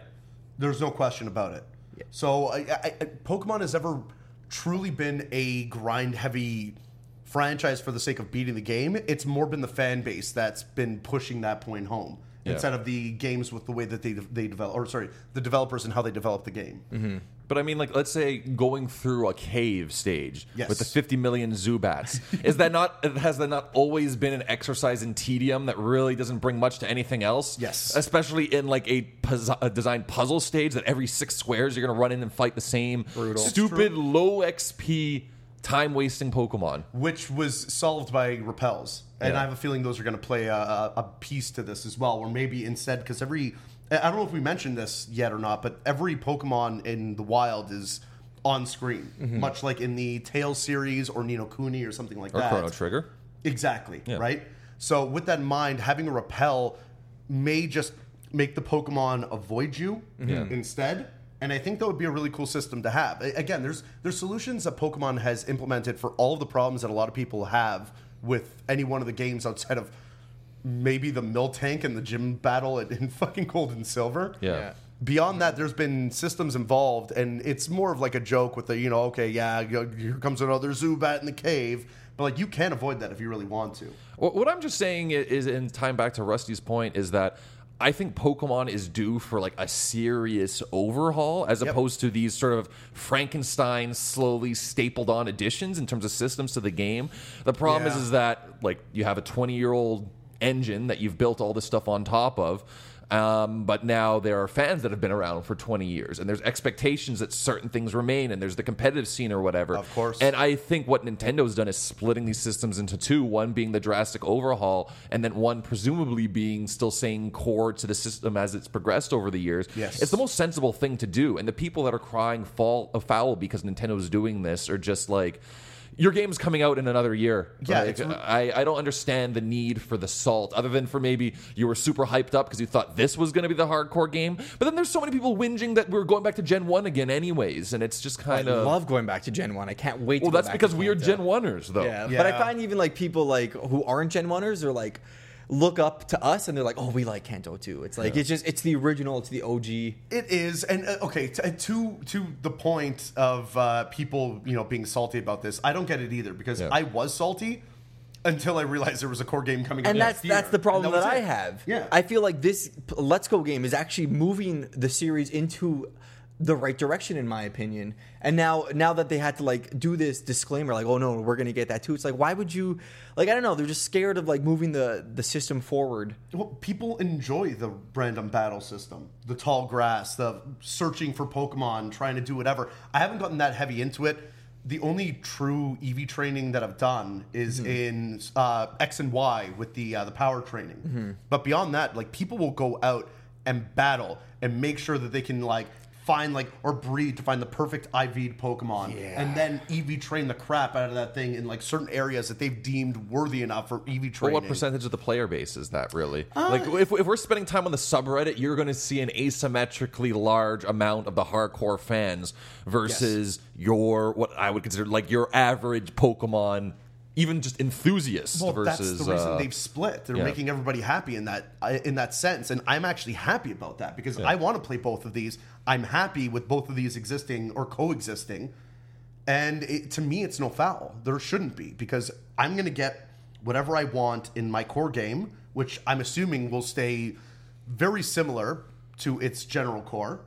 There's no question about it. Yeah. So I, I, I- Pokemon has ever truly been a grind heavy franchise for the sake of beating the game. It's more been the fan base that's been pushing that point home Yeah. instead of the games with the way that they they develop or sorry, the developers and how they develop the game. But I mean, like, let's say going through a cave stage Yes. with the 50 [laughs] million Zubats. is that not, has that not always been an exercise in tedium that really doesn't bring much to anything else? Yes. Especially in, like, a, puz- a design puzzle stage that every six squares you're going to run in and fight the same stupid, low XP, time wasting Pokemon. which was solved by repels. And Yeah. I have a feeling those are going to play a, a, a piece to this as well, or maybe instead, because every I I don't know if we mentioned this yet or not, but every Pokemon in the wild is on screen, much like in the Tail series or Nino Kuni or something like Mm-hmm. Or that. Chrono Trigger. Exactly. Right. So with that in mind, having a repel may just make the Pokemon avoid you instead. And I think that would be a really cool system to have. A- Again, there's there's solutions that Pokemon has implemented for all of the problems that a lot of people have with any one of the games outside of maybe the mill tank and the gym battle in, [laughs] in fucking gold and silver Yeah. Yeah. beyond that there's been systems involved and it's more of like a joke with the you know okay yeah you- here comes another zubat in the cave but like you can avoid that if you really want to What what I'm just saying i- is, in time back to Rusty's point, is that I think Pokemon is due for like a serious overhaul as opposed to these sort of Frankenstein slowly stapled on additions in terms of systems to the game. The problem is, Yeah. is that like you have a 20 year old engine that you've built all this stuff on top of. Um, but now there are fans that have been around for 20 years, and there's expectations that certain things remain, and there's the competitive scene or whatever. Of course. And I think what Nintendo's done is splitting these systems into two, one being the drastic overhaul, and then one presumably being still staying core to the system as it's progressed over the years. Yes. It's the most sensible thing to do. And the people that are crying fall afoul because Nintendo's doing this are just like your game's coming out in another year. Yeah, Like, it's re- I, I don't understand the need for the salt, other than for maybe you were super hyped up because you thought this was going to be the hardcore game. But then there's so many people whinging that we're going back to Gen 1 again, anyways. And it's just I kind of. love going back to Gen One. I can't wait. to Well, go that's back because to we are Kanto. Gen 1ers, though. Yeah. but I Yeah. find even like people like who aren't Gen Oneers are like look up to us and they're like, oh, we like Kanto too. It's like it's just it's the original, it's the OG. it is and uh, okay t- to to the point of uh, people you know being salty about this i don't get it either because Yeah. i was salty until i realized there was a core game coming out and that's next year. that's the problem And that, was I it. have. yeah I feel like this p- Let's Go game is actually moving the series into the right direction, in my opinion. And now, now that they had to like do this disclaimer, like, oh no, we're gonna get that too. It's like, why would you? Like, I don't know. They're just scared of like moving the the system forward. Well, people enjoy the random battle system, the tall grass, the searching for Pokemon, trying to do whatever. I haven't gotten that heavy into it. The only true EV training that I've done is in uh, X and Y with the uh, the power training. But beyond that, like people will go out and battle and make sure that they can like find like or breed to find the perfect IV'd Pokemon, and then EV train the crap out of that thing in like certain areas that they've deemed worthy enough for EV But training. what percentage of the player base is that really? like, if, if we're spending time on the subreddit, you're going to see an asymmetrically large amount of the hardcore fans versus your what I would consider like your average Pokemon, even just enthusiasts versus. that's the reason uh, they've split. They're yeah. making everybody happy in that I- in that sense, and I'm actually happy about that because I want to play both of these. I'm happy with both of these existing or coexisting, and it, to me, it's no foul. There shouldn't be because I'm going to get whatever I want in my core game, which I'm assuming will stay very similar to its general core.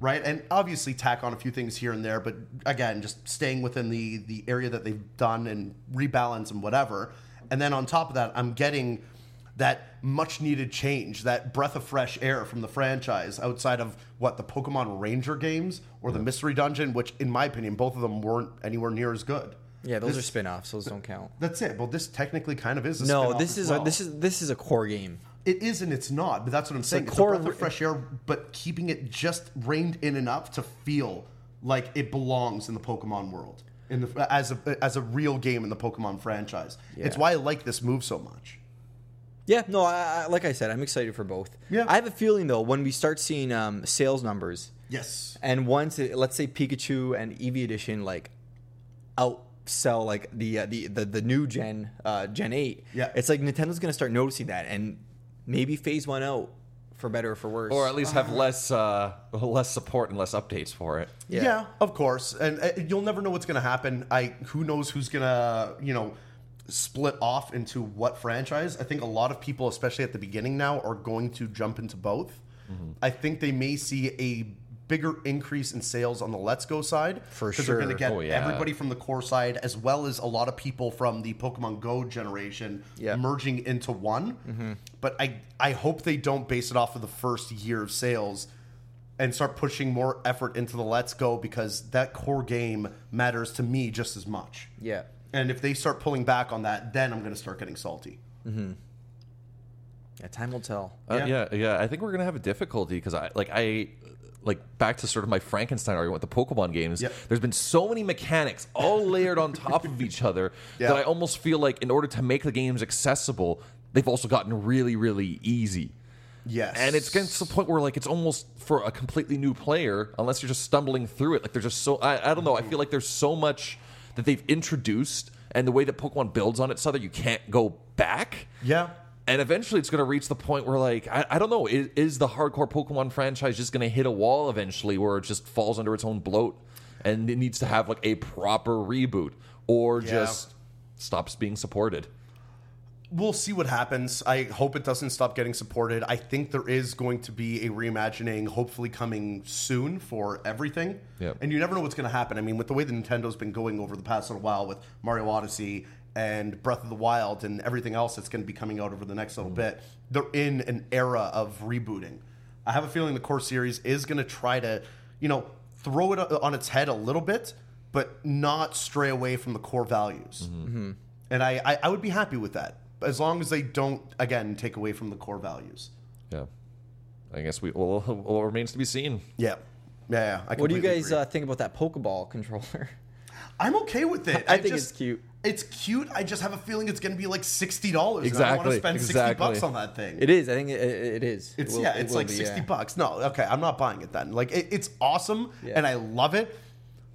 Right, and obviously tack on a few things here and there, but again, just staying within the the area that they've done and rebalance and whatever. And then on top of that, I'm getting that much needed change, that breath of fresh air from the franchise outside of what the Pokemon Ranger games or the Mystery Dungeon, which, in my opinion, both of them weren't anywhere near as good. Yeah, those This- are spin-offs. Those don't count. That's it. Well, this technically kind of is. A No, spin-off this as is well. a, this is this is a core game. It is and it's not, but that's what I'm saying. It's core a breath re- of fresh air, but keeping it just reined in enough to feel like it belongs in the Pokemon world, in the as a as a real game in the Pokemon franchise. It's Yeah. why I like this move so much. Yeah, no, I, I, like I said, I'm excited for both. Yeah. I have a feeling though when we start seeing um, sales numbers, Yes. and once it, let's say Pikachu and Eevee edition like outsell like the uh, the, the the new gen uh, Gen eight, Yeah. it's like Nintendo's gonna start noticing that, and maybe Phase one out for better or for worse. or at least have less uh, [laughs] less support and less updates for it. Yeah. of course. And uh, you'll never know what's going to happen. I who knows who's going to, you know, split off into what franchise. I think a lot of people especially at the beginning now are going to jump into both. Mm-hmm. I think they may see a bigger increase in sales on the let's go side For because they're going to sure. get Oh, yeah. everybody from the core side as well as a lot of people from the Pokemon Go generation Yeah. merging into one. Mm-hmm. But I I hope they don't base it off of the first year of sales and start pushing more effort into the Let's Go because that core game matters to me just as much. Yeah. And if they start pulling back on that, then I'm going to start getting salty. Yeah. Time will tell. Uh, Yeah. yeah, yeah. I think we're gonna have a difficulty because I like I like back to sort of my Frankenstein argument with the Pokemon games. Yep. There's been so many mechanics all layered on top of each other [laughs] Yeah. that I almost feel like in order to make the games accessible, they've also gotten really, really easy. Yes. And it's getting to the point where like it's almost for a completely new player, unless you're just stumbling through it. Like there's just so I, I don't know. I feel like there's so much that they've introduced, and the way that Pokemon builds on itself that you can't go back. Yeah. And eventually, it's going to reach the point where, like, I, I don't know, is, is the hardcore Pokemon franchise just going to hit a wall eventually, where it just falls under its own bloat, and it needs to have like a proper reboot, or Yeah. just stops being supported? We'll see what happens. I hope it doesn't stop getting supported. I think there is going to be a reimagining, hopefully coming soon for everything. Yep. And you never know what's going to happen. I mean, with the way the Nintendo's been going over the past little while with Mario Odyssey and Breath of the Wild and everything else that's going to be coming out over the next little bit, they're in an era of rebooting. I have a feeling the core series is going to try to, you know, throw it uh, on its head a little bit, but not stray away from the core values. And I, I, I would be happy with that as long as they don't, again, take away from the core values. Yeah, I guess we [laughs] all all remains to be seen. Yeah. Yeah, yeah I What do you completely guys agree. uh, think about that Pokeball [laughs] controller? I'm okay with it. I think it's cute. It's cute. I just have a feeling it's going to be like sixty dollars. I don't want to Exactly, spend sixty exactly. bucks on that thing. it is. I think it, it it is. It It's will- yeah, it it's will like be, sixty yeah. bucks. No, okay, I'm not buying it then. Like it, it's awesome Yeah. and I love it,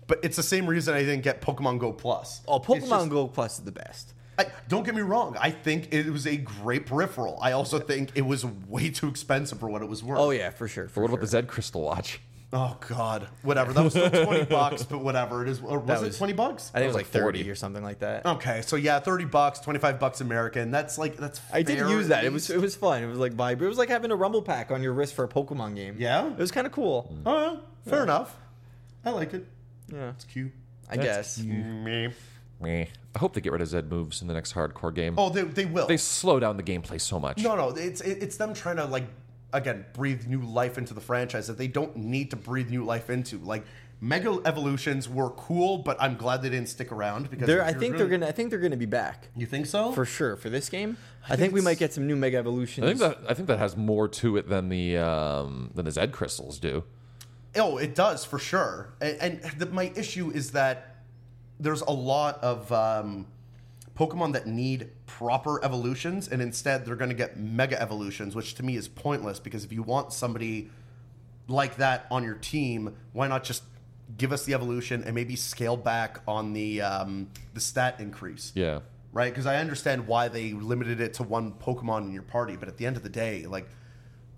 but it's the same reason I didn't get Pokemon Go Plus. Oh, It's Pokemon just- Go Plus is the best. I, don't get me wrong. I think it was a great peripheral. I also think it was way too expensive for what it was worth. Oh yeah, for sure. For What sure. about the Zed Crystal Watch? Oh god, whatever. That was still [laughs] twenty bucks, but whatever. It is. Or was, Oh, was- it twenty bucks? I think it was like like 30 40. or something like that. Okay, so yeah, thirty bucks, twenty five bucks American. That's like that's. I did fair use at that. It least. was it was fun. It was like vibe. It was like having a rumble pack on your wrist for a Pokemon game. Yeah? it was kind of cool. Oh, yeah, fair enough. I like it. Yeah, Mm-hmm. It's cute. I guess. Me. Meh. I hope they get rid of Zed moves in the next hardcore game. Oh, they, they will. They slow down the gameplay so much. no, no, it's it, it's them trying to like again breathe new life into the franchise that they don't need to breathe new life into. Like Mega Evolutions were cool, but I'm glad they didn't stick around because They're, if I you're think really- they're gonna. I think they're gonna be back You think so? for sure for this game. I, think we might get some new Mega Evolutions. I think that I think that has more to it than the um, than the Zed crystals do. Oh, it does for sure. And, and the, my issue is that there's a lot of um, Pokemon that need proper evolutions, and instead they're going to get mega evolutions, which to me is pointless because if you want somebody like that on your team, why not just give us the evolution and maybe scale back on the um, the stat increase? Yeah. right? Because I understand why they limited it to one Pokemon in your party, but at the end of the day, like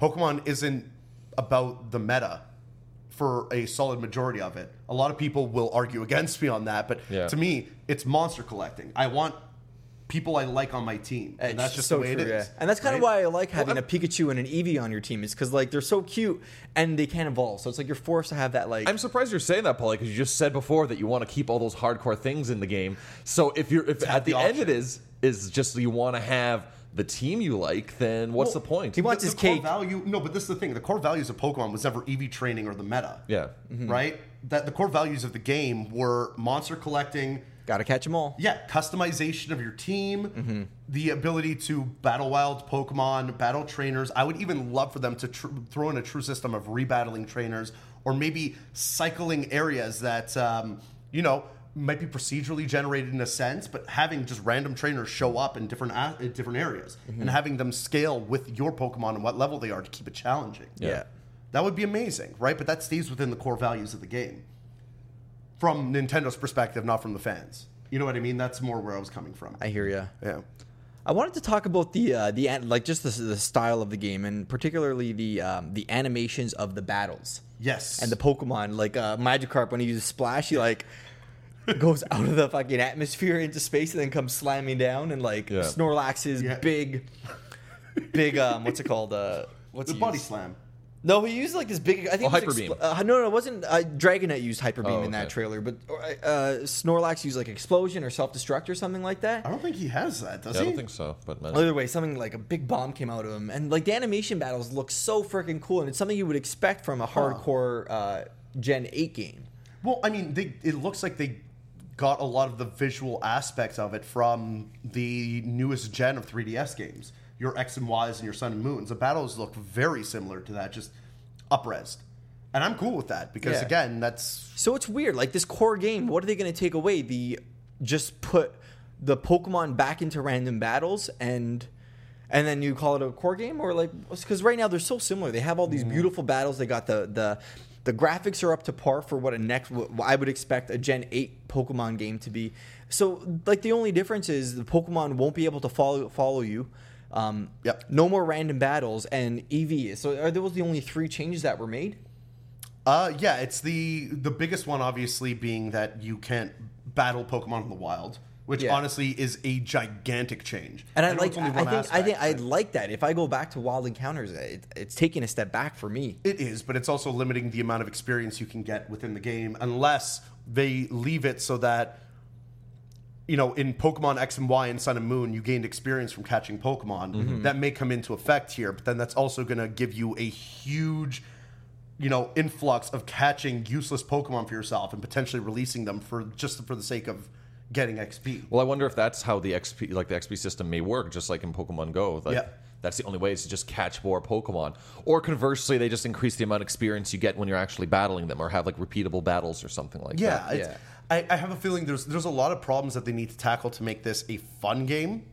Pokemon isn't about the meta for a solid majority of it. A lot of people will argue against me on that, but Yeah. to me, it's monster collecting. I want people I like on my team, and It's that's just so the way true, it is. yeah. And that's kind of right? why I like having a Pikachu and an Eevee on your team is because like they're so cute and they can't evolve. So it's like you're forced to have that like. I'm surprised you're saying that, Paulie, because you just said before that you want to keep all those hardcore things in the game. So if you're if at the the, end option. it is is just you want to have the team you like, then what's Well, the point? he wants his core cake. value. No, but this is the thing. The core values of Pokemon was never EV training or the meta. yeah. Mm-hmm. Right? That the core values of the game were monster collecting, Gotta catch them all. yeah, customization of your team, the ability to battle wild Pokemon, battle trainers. I would even love for them to tr- throw in a true system of rebattling trainers, or maybe cycling areas that um, you know might be procedurally generated in a sense, but having just random trainers show up in different a- in different areas and having them scale with your Pokemon and what level they are to keep it challenging. Yeah. That would be amazing, right? But that stays within the core values of the game. From Nintendo's perspective, not from the fans. You know what I mean? That's more where I was coming from. I hear ya. yeah. I wanted to talk about the uh, the an- like just the, the style of the game and particularly the um, the animations of the battles Yes. and the Pokemon like uh, Magikarp when he uses Splash he like goes out of the fucking atmosphere into space and then comes slamming down and like Yeah. Snorlax's Yeah. big big um what's it called uh what's the he body use? slam. No, he used like this big. I think Oh, it was Hyper expl- Beam. uh, no, no, it wasn't. Uh, Dragonite used hyper beam Oh, in that okay. trailer, but uh, Snorlax used like explosion or self destruct or something like that. I don't think he has that, does Yeah, I he? don't think so, but uh, man, Either way, something like a big bomb came out of him, and like the animation battles look so freaking cool, and it's something you would expect from a hardcore uh, Gen Eight game. Well, I mean, they, it looks like they got a lot of the visual aspects of it from the newest gen of 3DS games. Your X and Y's and your Sun and Moons. The battles look very similar to that, just upresed. And I'm cool with that because, Yeah. again, that's So it's weird. Like this core game, what are they going to take away? The just put the Pokemon back into random battles and and then you call it a core game or like because right now they're so similar. They have all these beautiful battles. They got the the the graphics are up to par for what a next what I would expect a Gen eight Pokemon game to be. So like the only difference is the Pokemon won't be able to follow follow you. Um, Yep. No more random battles and EV. So are those the only three changes that were made? Uh, yeah, it's the the biggest one, obviously, being that you can't battle Pokemon in the wild, which Yeah. honestly is a gigantic change. And I, know like. it's I only think. one I aspect, think but- I like that. If I go back to Wild Encounters, it, it's taking a step back for me. It is, but it's also limiting the amount of experience you can get within the game unless they leave it so that you know, in Pokemon X and Y and Sun and Moon, you gained experience from catching Pokemon. That may come into effect here, but then that's also going to give you a huge, you know, influx of catching useless Pokemon for yourself and potentially releasing them for just for the sake of getting XP. well, I wonder if that's how the XP, like the XP system, may work, just like in Pokemon Go. Like, Yeah. That's the only way is to just catch more Pokemon, or conversely, they just increase the amount of experience you get when you're actually battling them, or have like repeatable battles or something like Yeah, that. it's- I, I have a feeling there's there's a lot of problems that they need to tackle to make this a fun game,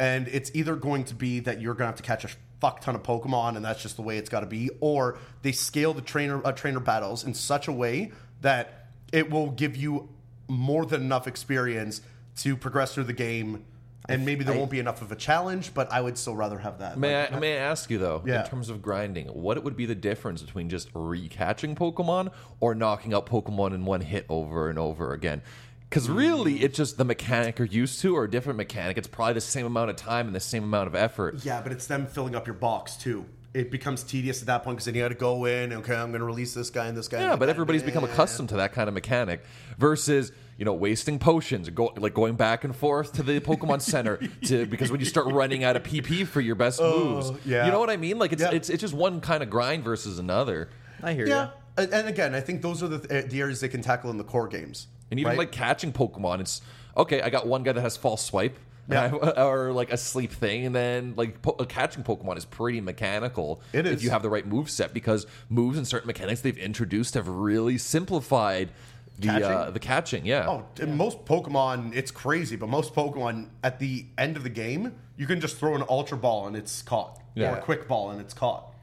and it's either going to be that you're going to have to catch a fuck ton of Pokemon, and that's just the way it's got to be, or they scale the trainer uh, trainer battles in such a way that it will give you more than enough experience to progress through the game, and maybe there won't be enough of a challenge, but I would still rather have that. May Like, I, may I ask you though, Yeah. in terms of grinding, what it would be the difference between just recatching Pokemon or knocking out Pokemon in one hit over and over again? Because Mm. really, it's just the mechanic you're used to or a different mechanic. It's probably the same amount of time and the same amount of effort. Yeah, but it's them filling up your box too. It becomes tedious at that point because then you got to go in. Okay, I'm going to release this guy and this guy. and Yeah, that but guy. everybody's become accustomed to that kind of mechanic versus you know wasting potions, go, like going back and forth to the [laughs] Pokemon Center to because when you start running out of PP for your best moves, Oh, yeah. you know what I mean? Like it's Yeah. it's it's just one kind of grind versus another. I hear Yeah. you. And and again, I think those are the, th- eh, the areas they can tackle in the core games. And even right? like catching Pokemon, it's okay. I got one guy that has false swipe, [laughs] and I- or like a sleep thing, and then like po- uh, catching Pokemon is pretty mechanical. It if is. you have the right move set because moves and certain mechanics they've introduced have really simplified the Uh, Catching? the catching. Yeah. oh, and most Pokemon, it's crazy, but most Pokemon at the end of the game, you can just throw an Ultra Ball and it's caught, Yeah. or a Quick Ball and it's caught.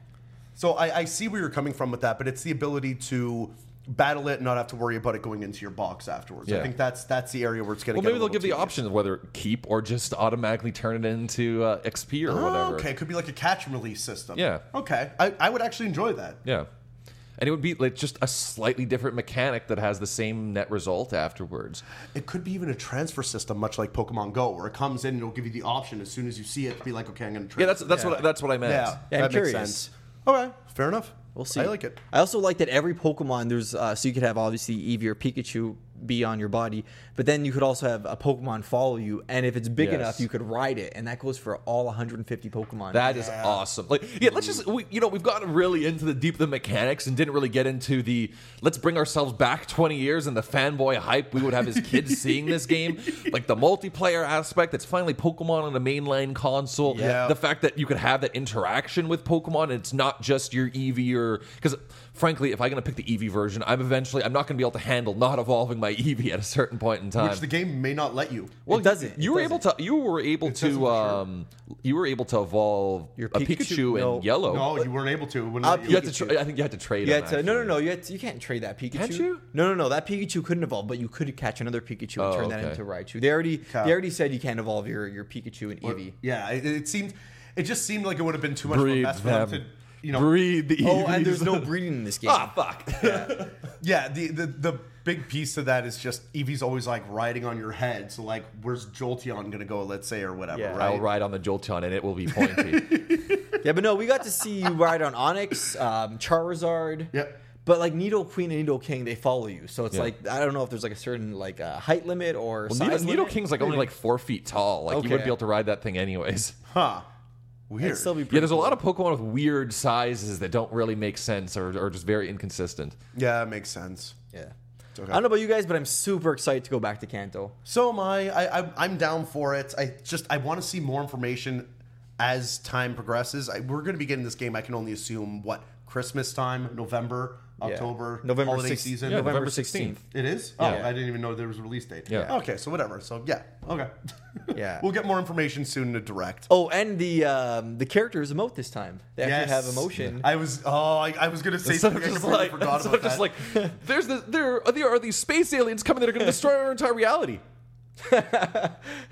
So I, I see where you're coming from with that, but it's the ability to battle it and not have to worry about it going into your box afterwards. I Yeah. think that's that's the area where it's going to. Well, maybe they'll give the option of whether keep or just automatically turn it into uh, XP or whatever. Oh, okay, it could be like a catch and release system. Yeah. Okay, I, I would actually enjoy that. Yeah. And it would be like just a slightly different mechanic that has the same net result afterwards. It could be even a transfer system, much like Pokemon Go, where it comes in and it'll give you the option as soon as you see it to be like, okay, I'm going to transfer. Yeah, that's that's what that's what I meant. yeah, Yeah, I'm that makes curious. sense. Okay, fair enough. We'll see. I like it. I also like that every Pokemon there's uh, so you could have obviously Eevee or Pikachu be on your body, but then you could also have a Pokemon follow you, and if it's big Yes. enough, you could ride it, and that goes for all 150 Pokemon. That is awesome. Like, yeah, let's just we, you know we've gotten really into the deep of the mechanics and didn't really get into the let's bring ourselves back 20 years and the fanboy hype we would have as [laughs] kids seeing this game, like the multiplayer aspect. It's finally Pokemon on the mainline console. Yeah. The fact that you could have that interaction with Pokemon and it's not just your E Eevee or because frankly, if I'm gonna pick the Eevee version, I'm eventually I'm not gonna be able to handle not evolving my Eevee at a certain point in time. Which the game may not let you. well, It doesn't. You It were able to. You were able It doesn't to. for sure. Um, You were able to evolve Your a Pikachu? Pikachu No. and Yellow. No, you weren't able to. It wouldn't I'll let You you. had to. Tra- I think you had to trade. Yeah, them, to, no, no, actually. no. You, had to- you can't trade that Pikachu. Can't you? No, no, no. That Pikachu couldn't evolve, but you could catch another Pikachu and Oh, turn okay. that into Raichu. They already Cow. they already said you can't evolve your, your Pikachu and Eevee. Yeah, it, it seemed. It just seemed like it would have been too much of a Breed mess for them to, them. you know. Breed the Oh, [laughs] and Eevees. there's no breeding in this game. Ah, [laughs] fuck. Yeah, the, the the big piece to that is just Eevee's always like riding on your head. So like, where's Jolteon gonna go? Let's say or whatever. Yeah. right? I'll ride on the Jolteon and it will [laughs] be pointy. Yeah, but no, we got to see you ride on Onyx, um, Charizard. Yep. But like Needle Queen and Needle King, they follow you. So it's Yeah. like I don't know if there's like a certain like uh, height limit or well, size Nido, limit. Nido King's like only like four feet tall. Like Okay. you wouldn't be able to ride that thing anyways. [laughs] Huh. Weird. It'd still be pretty Yeah, there's a lot of Pokemon with weird sizes that don't really make sense or are just very inconsistent. yeah, it makes sense. Yeah. okay. I don't know about you guys, but I'm super excited to go back to Kanto. So am I. I, I I'm down for it. I just I want to see more information as time progresses. I, we're going to be getting this game. I can only assume what Christmas time, November, Yeah. October, November holiday 6th season. Yeah, November November 16th. 16th. It is. Oh, I didn't even know there was a release date. Yeah. Okay, so whatever. So yeah. Okay. [laughs] Yeah. we'll get more information soon in a direct. Oh, and the um, the characters emote this time. They actually have emotion. I was. Oh, I, I was going [laughs] to say So I'm something. I just completely like, [laughs] forgot so I'm about just that. like, there's this, there, are, there are these space aliens coming [laughs] that are going to destroy our entire reality.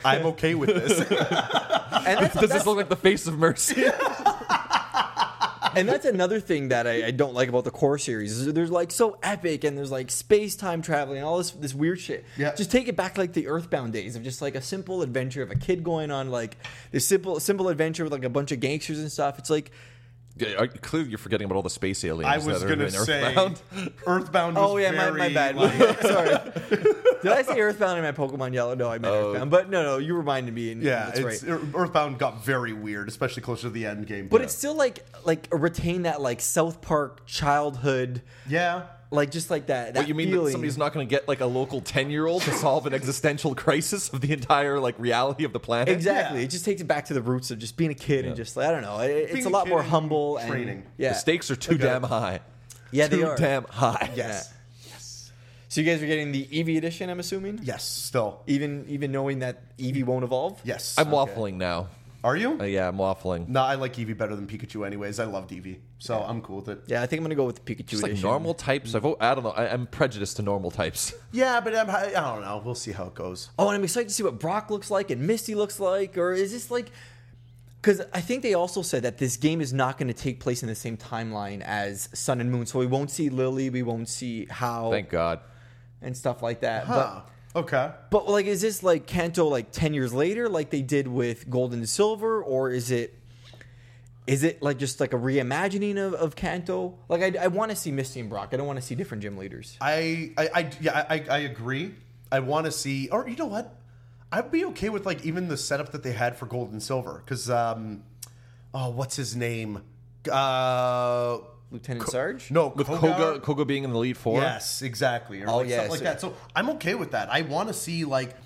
I'm okay [laughs] with this. [laughs] and that's, Does this look like the face of [laughs] mercy? and that's another thing that I, I don't like about the core series. Is there's like so epic, and there's like space time traveling, and all this this weird shit. Yeah. Just take it back like the Earthbound days of just like a simple adventure of a kid going on like this simple simple adventure with like a bunch of gangsters and stuff. It's like Yeah, are- Clearly, you're forgetting about all the space aliens. I was that are going to in say [laughs] Earthbound. Earthbound. Was oh yeah, my, my very, bad. [laughs] like- Sorry. Did I say Earthbound in my Pokemon Yellow? No, I meant Earthbound. But no, no, you reminded me. And Yeah, that's it's, er, right. Earthbound got very weird, especially closer to the end game. But it's still like like retain that like South Park childhood, yeah, like just like that. that What you mean feeling. that somebody's not going to get like a local ten year old to solve an existential crisis of the entire like reality of the planet? exactly. Yeah. It just takes it back to the roots of just being a kid and just like I don't know. It, it's Being a a lot kid more and humble and training. yeah, The stakes are too damn high. yeah, too they are. damn high. [laughs] Yes. So you guys are getting the Eevee edition, I'm assuming. yes, still Even even knowing that Eevee won't evolve. yes. I'm waffling now. Are you? Uh, yeah, I'm waffling. no, I like Eevee better than Pikachu. Anyways, I loved Eevee, so I'm cool with it. Yeah, I think I'm gonna go with the Pikachu Just like edition. normal types. I've, I don't know. I, I'm prejudiced to normal types. Yeah, but I'm, I I don't know. We'll see how it goes. Oh, and I'm excited to see what Brock looks like and Misty looks like, or is this like? Because I think they also said that this game is not going to take place in the same timeline as Sun and Moon, so we won't see Lily, we won't see How, Thank God. and stuff like that. Huh. okay. But, but like, is this like Kanto like ten years later, like they did with Gold and Silver, or is it? Is it like just like a reimagining of, of Kanto? Like I, I want to see Misty and Brock. I don't want to see different gym leaders. I, I, I yeah, I, I agree. I want to see, or you know what? I'd be okay with like even the setup that they had for Gold and Silver, because um, oh, what's his name? Uh, Lieutenant Sarge. no, With Kogar? Koga, Koga being in the lead four. Yes, exactly. Or Oh, like yeah, something like so- that. So I'm okay with that. I want to see like,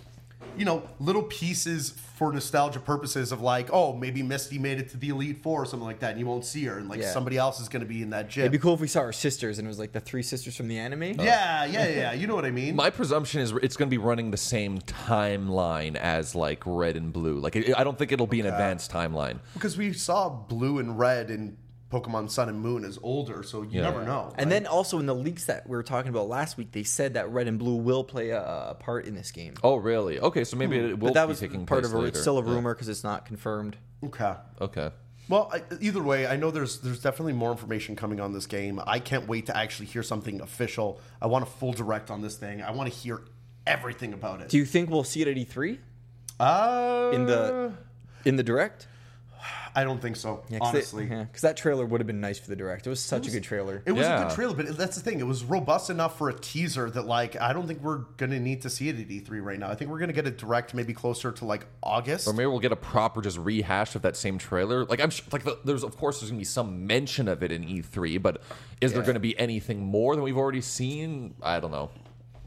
you know, little pieces for nostalgia purposes of like, oh, maybe Misty made it to the Elite Four or something like that, and you won't see her, and like Yeah. somebody else is going to be in that gym. It'd be cool if we saw our sisters and it was like the three sisters from the anime. yeah, yeah, [laughs] yeah. You know what I mean? My presumption is it's going to be running the same timeline as like red and blue. Like it, I don't think it'll be an advanced timeline. because we saw blue and red in Pokemon Sun and Moon as older, so you never know. And then also in the leaks that we were talking about last week, they said that red and blue will play a, a part in this game. Oh really? Okay, so maybe it will Hmm. but that be was taking part place of a, later. it's still a Yeah. rumor because it's not confirmed. okay. Okay. Well, I, either way, I know there's there's definitely more information coming on this game. I can't wait to actually hear something official. I want a full direct on this thing. I want to hear everything about it. Do you think we'll see it at E3 Uh, in the in the direct? I don't think so. Yeah, 'cause they- honestly, yeah, because that trailer would have been nice for the direct. It was such a good trailer. it was a Yeah. good trailer, but that's the thing. It was robust enough for a teaser that like I don't think we're gonna need to see it at E3 right now. I think we're gonna get a direct maybe closer to like August. Or maybe we'll get a proper just rehash of that same trailer. Like I'm sure, like the, there's of course there's gonna be some mention of it in E3, E but is there Yeah. gonna be anything more than we've already seen? I don't know.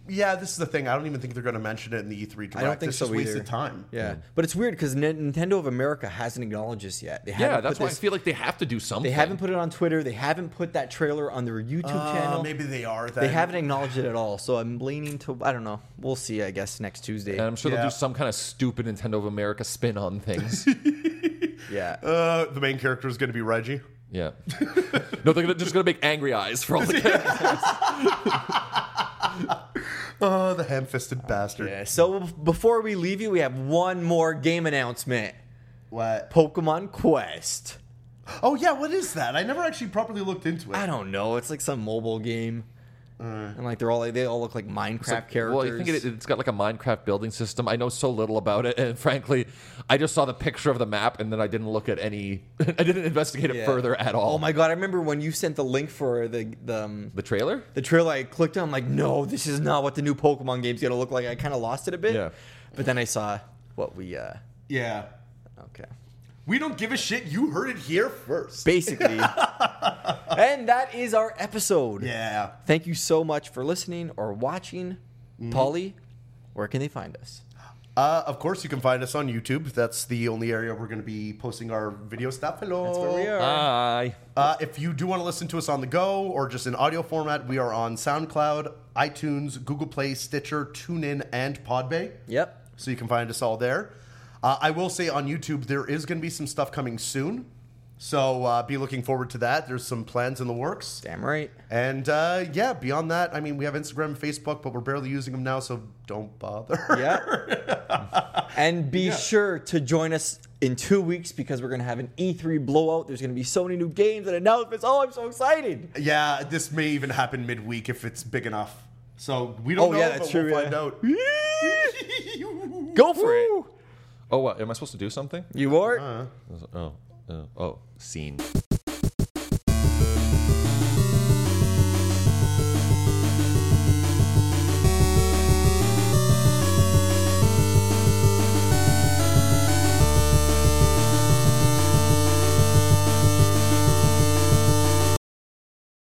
yeah, this is the thing. I don't even think they're going to mention it in the E3 direct. I don't think it's so just either. wasted time. Yeah, but it's weird because Nintendo of America hasn't acknowledged this yet. They Yeah, haven't that's put why this- I feel like they have to do something. They haven't put it on Twitter. They haven't put that trailer on their YouTube Oh, Uh, channel. maybe they are. Then. [laughs] They haven't acknowledged it at all. So I'm leaning to I don't know. We'll see. I guess next Tuesday. and I'm sure Yeah. they'll do some kind of stupid Nintendo of America spin [laughs] on things. yeah. Uh, the main character is going to be Reggie. yeah. No, they're gonna- just going to make angry eyes for all [laughs] the kids. Oh, the ham-fisted bastard. Yeah, So before we leave you, we have one more game announcement: What? Pokemon Quest. Oh yeah, what is that? I never actually properly looked into it. I don't know. It's like some mobile game, and like they're all like, they all look like Minecraft characters. Uh. Well, you think it, it's got like a Minecraft building system. I know so little about it, and [laughs] frankly, I just saw the picture of the map, and then I didn't look at any. [laughs] I didn't investigate it Yeah. further at all. Oh my god! I remember when you sent the link for the the. Um, The trailer? the trailer I clicked on, I'm like, no, this is not what the new Pokemon game's gonna look like. I kind of lost it a bit, Yeah. but then I saw what we, uh, Yeah. okay, We don't give a shit. You heard it here first. basically, [laughs] and that is our episode. yeah. Thank you so much for listening or watching. Polly, where can they find us? Uh, of course, you can find us on YouTube. That's the only area we're going to be posting our video stuff. Hello. That's where we are. Bye. Uh, if you do want to listen to us on the go or just in audio format, we are on SoundCloud, iTunes, Google Play, Stitcher, TuneIn, and Podbay. yep. So you can find us all there. Uh, I will say on YouTube, there is going to be some stuff coming soon. So uh, be looking forward to that. There's some plans in the works. Damn right. And uh, yeah, beyond that, I mean, we have Instagram and Facebook, but we're barely using them now, so don't bother. [laughs] Yeah. and be sure to join us in two weeks because we're going to have an E3 blowout. There's going to be so many new games and announcements. Oh, I'm so excited. Yeah, this may even happen midweek if it's big enough. So we don't Oh, know, yeah, but that's we'll true, find yeah. [laughs] out. [laughs] Go for Oh, what? Am I supposed to do something? it. You are? Oh, oh, oh, scene.